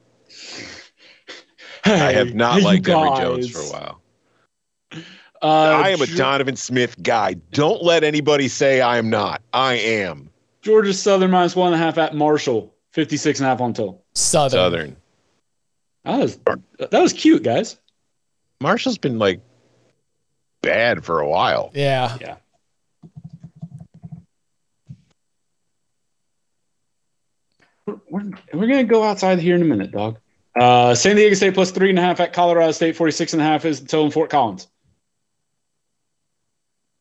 [SPEAKER 3] I have not
[SPEAKER 1] you
[SPEAKER 3] liked Emory
[SPEAKER 1] guys.
[SPEAKER 3] Jones for a while.
[SPEAKER 1] Uh,
[SPEAKER 3] I am a
[SPEAKER 1] Ge-
[SPEAKER 3] Donovan Smith guy. Don't let anybody say I am not. I am
[SPEAKER 1] Georgia Southern minus one and a half at Marshall, 56 and a half on total.
[SPEAKER 2] Southern.
[SPEAKER 3] Southern.
[SPEAKER 1] That was, that was cute, guys.
[SPEAKER 3] Marshall's been like bad for a while.
[SPEAKER 2] Yeah.
[SPEAKER 1] Yeah. We're, we're, we're going to go outside here in a minute, dog. Uh, San Diego State plus three and a half at Colorado State, 46 and a half is the total in Fort Collins.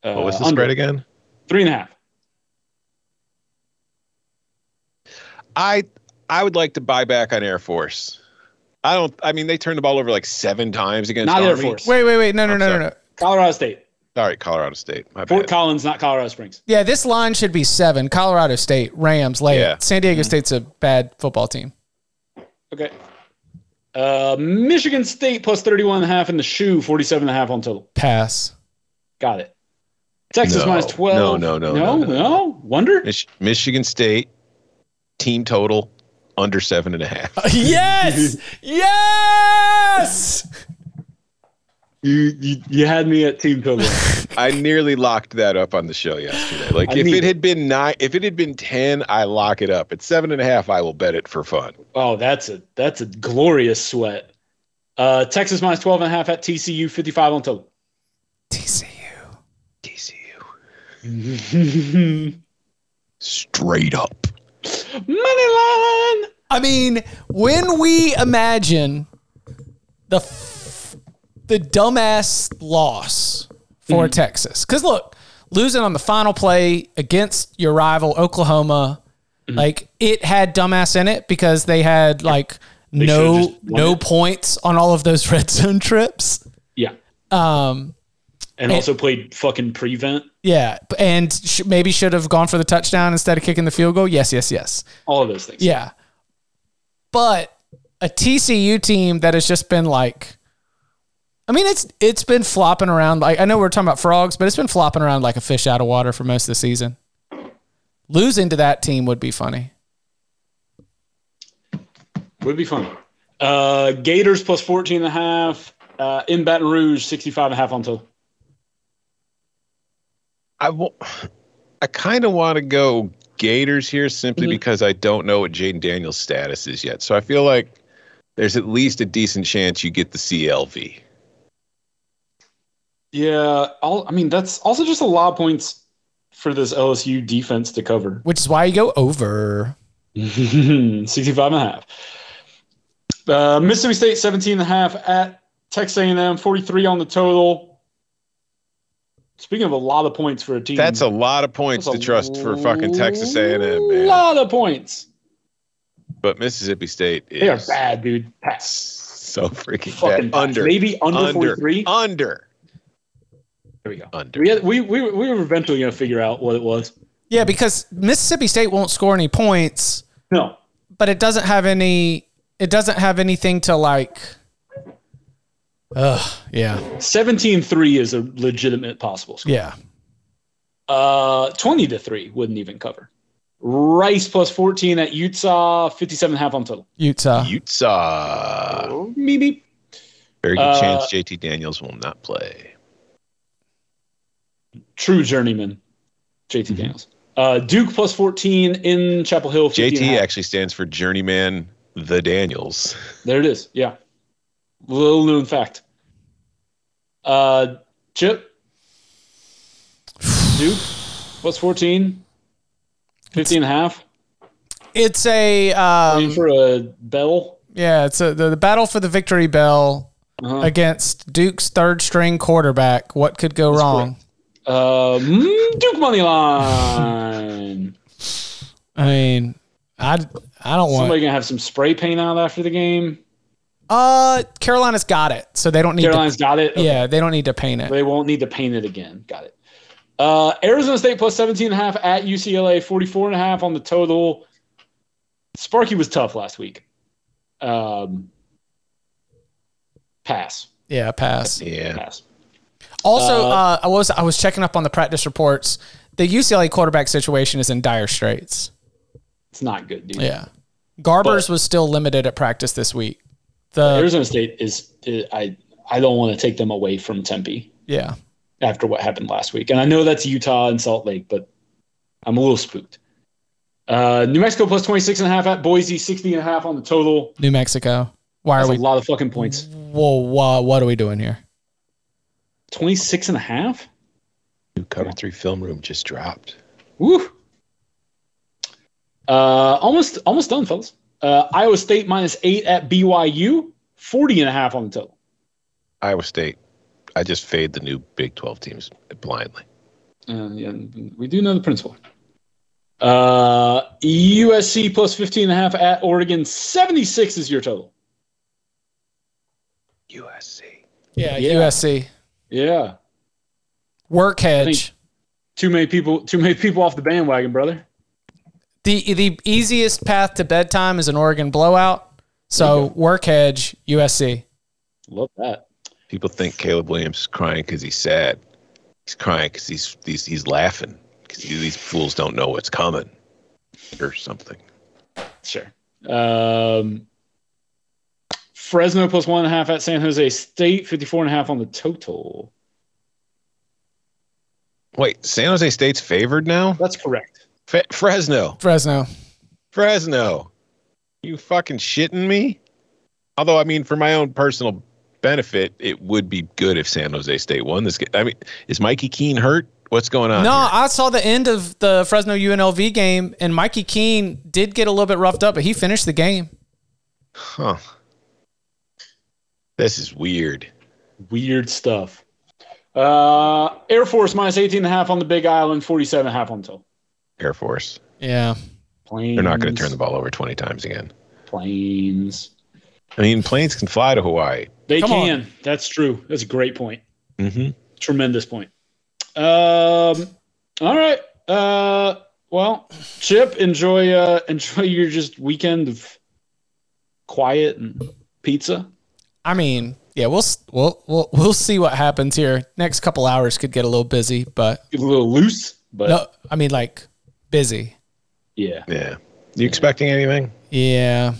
[SPEAKER 1] Uh,
[SPEAKER 3] What was the
[SPEAKER 1] under.
[SPEAKER 3] spread again?
[SPEAKER 1] Three and a half.
[SPEAKER 3] I I would like to buy back on Air Force. I don't. I mean, they turned the ball over like seven times against
[SPEAKER 1] Not Air
[SPEAKER 3] Army.
[SPEAKER 1] Force.
[SPEAKER 2] Wait, wait, wait. No, no,
[SPEAKER 3] I'm
[SPEAKER 2] no, no,
[SPEAKER 3] sorry.
[SPEAKER 2] no.
[SPEAKER 1] Colorado State.
[SPEAKER 3] All right, Colorado State. My
[SPEAKER 1] Fort
[SPEAKER 3] bad.
[SPEAKER 1] Collins, not Colorado Springs.
[SPEAKER 2] Yeah, this line should be seven. Colorado State, Rams, lay
[SPEAKER 3] Yeah.
[SPEAKER 2] it. San Diego State's a bad football team.
[SPEAKER 1] Okay. Uh, Michigan State plus 31 and a half in the shoe, 47 and a half on total.
[SPEAKER 2] Pass.
[SPEAKER 1] Got it. Texas
[SPEAKER 3] No,
[SPEAKER 1] minus 12.
[SPEAKER 3] no, no, no,
[SPEAKER 1] No,
[SPEAKER 3] no, no.
[SPEAKER 1] no. Wonder?
[SPEAKER 3] Mich- Michigan State team total under seven and a half.
[SPEAKER 2] yes, yes.
[SPEAKER 1] You, you you had me at team total.
[SPEAKER 3] I nearly locked that up on the show yesterday. Like
[SPEAKER 1] I
[SPEAKER 3] if
[SPEAKER 1] mean-
[SPEAKER 3] it had been nine, if it had been ten, I lock it up. At seven and a half, I will bet it for fun.
[SPEAKER 1] oh, that's a that's a glorious sweat. Uh, Texas minus 12 and a half at TCU 55 on total.
[SPEAKER 2] TCU.
[SPEAKER 3] TCU straight up.
[SPEAKER 1] Money line.
[SPEAKER 2] I mean, when we imagine the f- the dumbass loss for
[SPEAKER 1] Mm-hmm.
[SPEAKER 2] Texas, because look, losing on the final play against your rival Oklahoma,
[SPEAKER 1] Mm-hmm.
[SPEAKER 2] like it had dumbass in it because they had like
[SPEAKER 1] should've
[SPEAKER 2] no
[SPEAKER 1] just won
[SPEAKER 2] no
[SPEAKER 1] it.
[SPEAKER 2] points on all of those red zone trips.
[SPEAKER 1] Yeah.
[SPEAKER 2] Um,
[SPEAKER 1] And also played fucking prevent.
[SPEAKER 2] yeah, and sh- maybe should have gone for the touchdown instead of kicking the field goal. Yes, yes, yes.
[SPEAKER 1] All of those things.
[SPEAKER 2] Yeah. But a TCU team that has just been like I mean it's it's been flopping around like I know we're talking about frogs, but it's been flopping around like a fish out of water for most of the season. Losing to that team would be funny.
[SPEAKER 1] Would be fun. Uh, Gators plus 14 and a half. Uh, in Baton Rouge, 65 and a half on total.
[SPEAKER 3] I will. I kind of want to go Gators here simply
[SPEAKER 1] Mhm.
[SPEAKER 3] because I don't know what Jaden Daniels' status is yet. So I feel like there's at least a decent chance you get the CLV.
[SPEAKER 1] Yeah. All, I mean, that's also just a lot of points for this LSU defense to cover.
[SPEAKER 2] Which is why you go over.
[SPEAKER 1] 65 and a half. Uh, Mississippi State 17 and a half at Texas A&M 43 on the total. Speaking of a lot of points for a team.
[SPEAKER 3] That's a lot of points
[SPEAKER 1] that's
[SPEAKER 3] to
[SPEAKER 1] a
[SPEAKER 3] trust for fucking Texas A&M, man.
[SPEAKER 1] lot of points.
[SPEAKER 3] But Mississippi State is
[SPEAKER 1] They are bad, dude. Pass.
[SPEAKER 3] so freaking
[SPEAKER 1] Fucking
[SPEAKER 3] bad.
[SPEAKER 1] bad.
[SPEAKER 3] Under,
[SPEAKER 1] Maybe under,
[SPEAKER 3] under,
[SPEAKER 1] 43.
[SPEAKER 3] under,
[SPEAKER 1] There we go.
[SPEAKER 3] under.
[SPEAKER 1] We, had, we, we, we were eventually going to figure out what it was.
[SPEAKER 2] Yeah, because Mississippi State won't score any points,
[SPEAKER 1] No.
[SPEAKER 2] but it doesn't have any it doesn't have anything to like Ugh, yeah.
[SPEAKER 1] 17 3 is a legitimate possible score.
[SPEAKER 2] Yeah.
[SPEAKER 1] Uh, 20 to 3 wouldn't even cover. Rice plus 14 at Utah, 57 half on total. Oh,
[SPEAKER 2] Utah.
[SPEAKER 3] Utah.
[SPEAKER 1] Maybe.
[SPEAKER 3] Very good
[SPEAKER 1] Uh,
[SPEAKER 3] chance JT Daniels will not play.
[SPEAKER 1] True journeyman, JT Daniels. Uh, Duke plus 14 in Chapel Hill. 50 and a
[SPEAKER 3] JT
[SPEAKER 1] half.
[SPEAKER 3] actually stands for Journeyman the Daniels.
[SPEAKER 1] There it is. Yeah. Little known fact. Uh, Chip. Duke. What's 14? 15 and a half.
[SPEAKER 2] It's a um,
[SPEAKER 1] Playing for a bell.
[SPEAKER 2] Yeah, it's a, the, the battle for the victory bell
[SPEAKER 1] Uh-huh.
[SPEAKER 2] against Duke's third string quarterback. What could go wrong?
[SPEAKER 1] Uh, mm, Duke money line.
[SPEAKER 2] I mean, I, I don't want.
[SPEAKER 1] Somebody gonna have some spray paint out after the game.
[SPEAKER 2] uh, Carolina's got it, so they don't need.
[SPEAKER 1] Caroline's got it.
[SPEAKER 2] to,
[SPEAKER 1] Okay.
[SPEAKER 2] Yeah, they don't need to paint it.
[SPEAKER 1] They won't need to paint it again. Got it. Uh, Arizona State plus 17 and a half at UCLA, 44 and a half on the total. Sparky was tough last week. Um, pass.
[SPEAKER 2] Yeah, pass.
[SPEAKER 3] Yeah.
[SPEAKER 1] Pass.
[SPEAKER 2] Also,
[SPEAKER 1] Uh,
[SPEAKER 2] uh, I was I was checking up on the practice reports. The UCLA quarterback situation is in dire straits.
[SPEAKER 1] It's not good, dude.
[SPEAKER 2] Yeah, Garbers was still limited at practice this week. The
[SPEAKER 1] Arizona State is, is I I don't want to take them away from Tempe
[SPEAKER 2] yeah,
[SPEAKER 1] after what happened last week. And I know that's Utah and Salt Lake, but I'm a little spooked. Uh, New Mexico plus 26 and a half at Boise, 60 and a half on the total.
[SPEAKER 2] New Mexico. Why are
[SPEAKER 1] That's a
[SPEAKER 2] we?
[SPEAKER 1] lot of fucking points.
[SPEAKER 2] Whoa, whoa, what are we doing here?
[SPEAKER 1] 26 and a half?
[SPEAKER 3] New cover three film room just dropped.
[SPEAKER 1] Woo. Uh, almost, almost done, fellas. Uh, Iowa State minus eight at BYU, 40 and a half on the total.
[SPEAKER 3] Iowa State. I just fade the new Big 12 teams blindly.
[SPEAKER 1] Uh, yeah, we do know the principle. Uh, USC plus 15 and a half at Oregon, 76 is your total.
[SPEAKER 3] USC.
[SPEAKER 2] Yeah,
[SPEAKER 1] Yeah.
[SPEAKER 2] USC
[SPEAKER 1] Yeah.
[SPEAKER 2] work hedge.
[SPEAKER 1] Too many people, too many people off the bandwagon, brother.
[SPEAKER 2] the the easiest path to bedtime is an Oregon blowout. So work hedge USC.
[SPEAKER 1] Love that.
[SPEAKER 3] People think Caleb Williams is crying because he's sad. He's crying because he's, he's he's laughing because these fools don't know what's coming or something.
[SPEAKER 1] Sure. Um, Fresno plus one and a half at San Jose State, 54 and a half on the total.
[SPEAKER 3] Wait, San Jose State's favored now.
[SPEAKER 1] That's correct.
[SPEAKER 3] Fe- Fresno,
[SPEAKER 2] Fresno.
[SPEAKER 3] Fresno, you fucking shitting me? Although I mean, for my own personal benefit, it would be good if San Jose State won this game. I mean, is Mikey Keene hurt? What's going on?
[SPEAKER 2] No,
[SPEAKER 3] here?
[SPEAKER 2] I saw the end of the Fresno UNLV game, and Mikey Keene did get a little bit roughed up, but he finished the game.
[SPEAKER 3] huh? This is weird.
[SPEAKER 1] Weird stuff. Uh, Air Force minus 18 and a half on the Big Island, 47 and a half on the total.
[SPEAKER 3] Air Force.
[SPEAKER 2] Yeah.
[SPEAKER 1] Planes.
[SPEAKER 3] They're not going to turn the ball over 20 times again.
[SPEAKER 1] planes.
[SPEAKER 3] I mean, planes can fly to Hawaii.
[SPEAKER 1] They
[SPEAKER 2] Come on.
[SPEAKER 1] can. That's true. That's a great point.
[SPEAKER 3] Mm-hmm.
[SPEAKER 1] Tremendous point. Um, all right. Uh, well, Chip, enjoy uh, enjoy your just weekend of quiet and pizza.
[SPEAKER 2] I mean, yeah, we'll s- we'll we'll, we'll see what happens here. Next couple hours could get a little busy, but
[SPEAKER 1] Get a little loose, but
[SPEAKER 2] no, I mean like busy.
[SPEAKER 1] yeah.
[SPEAKER 3] Yeah. You expecting anything?
[SPEAKER 2] Yeah.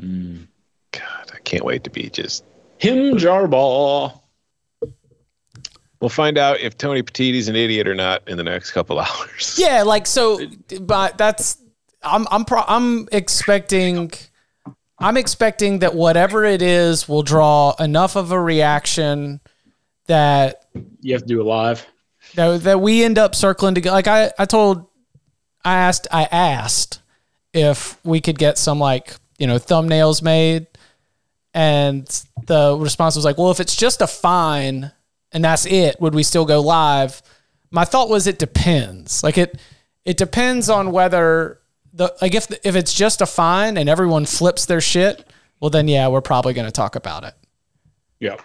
[SPEAKER 1] Mm.
[SPEAKER 3] God, I can't wait to be just.
[SPEAKER 1] Him Jarbaugh.
[SPEAKER 3] We'll find out if Tony Petiti's an idiot or not in the next couple hours.
[SPEAKER 2] Yeah, like so but that's I'm I'm pro, I'm expecting I'm expecting that whatever it is will draw enough of a reaction that
[SPEAKER 1] You have to do it live.
[SPEAKER 2] that, that we end up circling together. Like I, I told, I asked, I asked if we could get some like you know thumbnails made, and the response was like, well, if it's just a fine and that's it, would we still go live? My thought was it depends. Like it, it depends on whether the like if if it's just a fine and everyone flips their shit, well then yeah, we're probably going to talk about it
[SPEAKER 1] Yeah.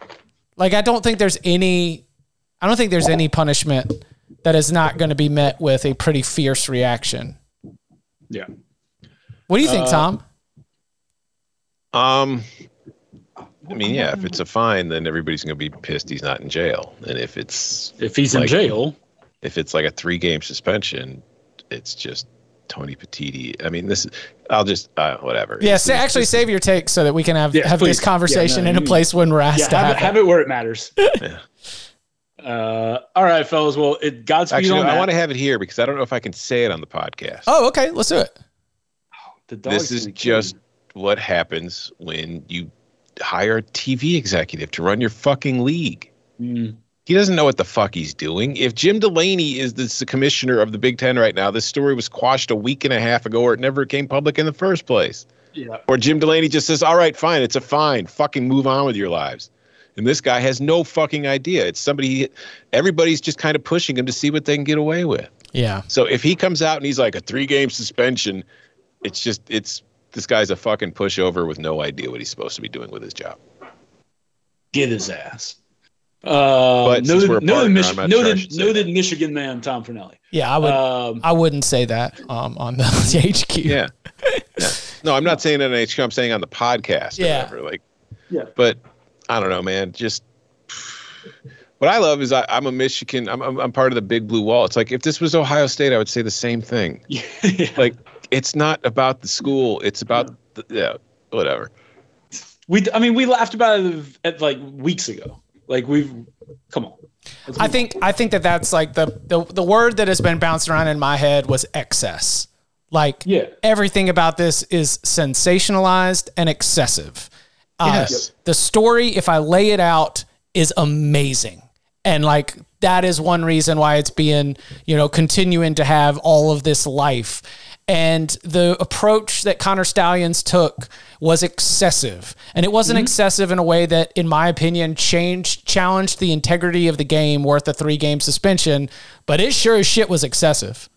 [SPEAKER 2] like I don't think there's any I don't think there's any punishment that is not going to be met with a pretty fierce reaction.
[SPEAKER 1] Yeah.
[SPEAKER 2] What do you think,
[SPEAKER 1] Uh,
[SPEAKER 2] Tom?
[SPEAKER 3] Um, I mean, yeah, if it's a fine, then everybody's going to be pissed he's not in jail. And if it's
[SPEAKER 1] If he's in
[SPEAKER 3] Like-
[SPEAKER 1] jail,
[SPEAKER 3] if it's like a three game suspension, it's just Tony Petiti. I mean, this is. I'll just uh, whatever.
[SPEAKER 2] Yeah,
[SPEAKER 3] This
[SPEAKER 2] sa-
[SPEAKER 3] is-
[SPEAKER 2] actually save your take so that we can have
[SPEAKER 1] Yeah,
[SPEAKER 2] have
[SPEAKER 1] please.
[SPEAKER 2] this conversation
[SPEAKER 1] Yeah, no,
[SPEAKER 2] in a
[SPEAKER 1] you-
[SPEAKER 2] place when we're asked
[SPEAKER 1] yeah,
[SPEAKER 2] to
[SPEAKER 1] have,
[SPEAKER 2] have,
[SPEAKER 1] it, have it where it matters.
[SPEAKER 3] Yeah.
[SPEAKER 1] Uh, all right, fellas. Well, it Godspeed
[SPEAKER 3] Actually,
[SPEAKER 1] on
[SPEAKER 3] no,
[SPEAKER 1] that.
[SPEAKER 3] I want to have it here because I don't know if I can say it on the podcast.
[SPEAKER 2] Oh, okay, let's do it.
[SPEAKER 1] The dog's
[SPEAKER 3] this is
[SPEAKER 1] gonna kill
[SPEAKER 3] just
[SPEAKER 1] you.
[SPEAKER 3] what happens when you hire a TV executive to run your fucking league.
[SPEAKER 1] Mm.
[SPEAKER 3] He doesn't know what the fuck he's doing. If Jim Delaney is the s- commissioner of the Big Ten right now, this story was quashed a week and a half ago, or it never came public in the first place.
[SPEAKER 1] Yeah.
[SPEAKER 3] Or Jim Delaney just says, "All right, fine, it's a fine. Fucking move on with your lives." And this guy has no fucking idea. It's somebody. Everybody's just kind of pushing him to see what they can get away with.
[SPEAKER 2] Yeah.
[SPEAKER 3] So if he comes out and he's like a three game suspension, it's just it's this guy's a fucking pushover with no idea what he's supposed to be doing with his job.
[SPEAKER 1] Get his ass. Uh,
[SPEAKER 3] But since
[SPEAKER 1] noted,
[SPEAKER 3] we're a partner,
[SPEAKER 1] noted, Mich-
[SPEAKER 3] I'm not charged
[SPEAKER 1] noted,
[SPEAKER 3] to say
[SPEAKER 1] noted Michigan man Tom Fernelli.
[SPEAKER 2] Yeah, I would
[SPEAKER 1] Um,
[SPEAKER 2] I wouldn't say that um, on the HQ.
[SPEAKER 3] Yeah. Yeah. No, I'm not saying that on HQ. I'm saying on the podcast. Or
[SPEAKER 2] Yeah.
[SPEAKER 3] Whatever. Like.
[SPEAKER 1] Yeah.
[SPEAKER 3] But I don't know, man. Just what I love is I, I'm a Michigan. I'm, I'm I'm part of the Big Blue Wall. It's like if this was Ohio State, I would say the same thing.
[SPEAKER 1] yeah.
[SPEAKER 3] Like it's not about the school. It's about the, yeah, whatever.
[SPEAKER 1] we, I mean, we laughed about it at like weeks ago. Like we've, come on. Let's
[SPEAKER 2] I
[SPEAKER 1] move
[SPEAKER 2] think I think that that's like the, the the word that has been bouncing around in my head was excess. Like
[SPEAKER 1] Yeah.
[SPEAKER 2] everything about this is sensationalized and excessive. Uh,
[SPEAKER 3] Yes.
[SPEAKER 2] the story, if I lay it out, is amazing, and like that is one reason why it's being you know continuing to have all of this life. And the approach that Connor Stallions took was excessive, and it wasn't excessive in a way that, in my opinion, changed challenged the integrity of the game worth a three game suspension. But it sure as shit was excessive.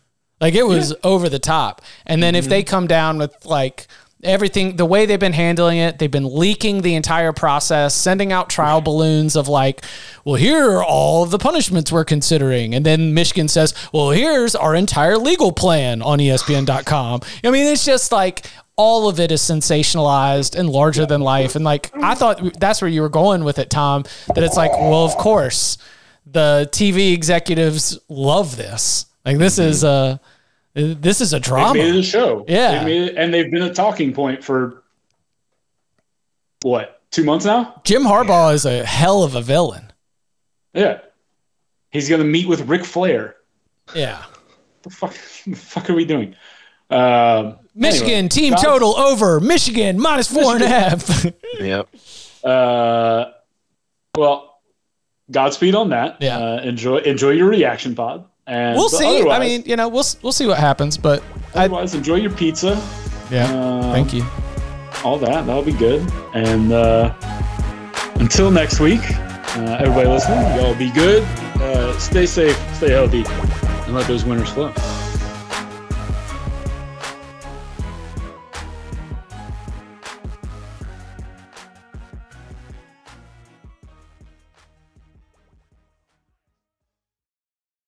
[SPEAKER 2] Like it was over the top. And then if they come down with like everything, the way they've been handling it, they've been leaking the entire process, sending out trial balloons of like, well, here are all of the punishments we're considering. And then Michigan says, well, here's our entire legal plan on E ESPN.com. I mean, it's just like all of it is sensationalized and larger than life. And like, I thought that's where you were going with it, Tom, that it's like, well, of course the TV executives love this. Like this
[SPEAKER 1] Mm-hmm.
[SPEAKER 2] is a this is a
[SPEAKER 1] They made
[SPEAKER 2] drama.
[SPEAKER 1] it a show.
[SPEAKER 2] Yeah.
[SPEAKER 1] They made it, and they've been a talking point for what two months now?
[SPEAKER 2] Jim Harbaugh is a hell of a villain.
[SPEAKER 1] Yeah, he's gonna meet with Ric Flair.
[SPEAKER 2] Yeah.
[SPEAKER 1] The fuck, the fuck are we doing? Um,
[SPEAKER 2] Michigan
[SPEAKER 1] Anyway,
[SPEAKER 2] team
[SPEAKER 1] Josh-
[SPEAKER 2] total over. Michigan minus four and a half.
[SPEAKER 3] Yep.
[SPEAKER 1] uh, well, Godspeed on that.
[SPEAKER 2] Yeah.
[SPEAKER 1] Uh, enjoy enjoy your reaction pod. And
[SPEAKER 2] we'll
[SPEAKER 1] but
[SPEAKER 2] see. I
[SPEAKER 1] otherwise-
[SPEAKER 2] mean, you know, we'll s- we'll see what happens. But I,
[SPEAKER 1] otherwise enjoy your pizza.
[SPEAKER 2] yeah.
[SPEAKER 1] Um,
[SPEAKER 2] Thank you.
[SPEAKER 1] all that. That'll be good. And uh, until next week, uh, everybody listening, y'all be good. Uh, stay safe, stay healthy, and let those winners flow.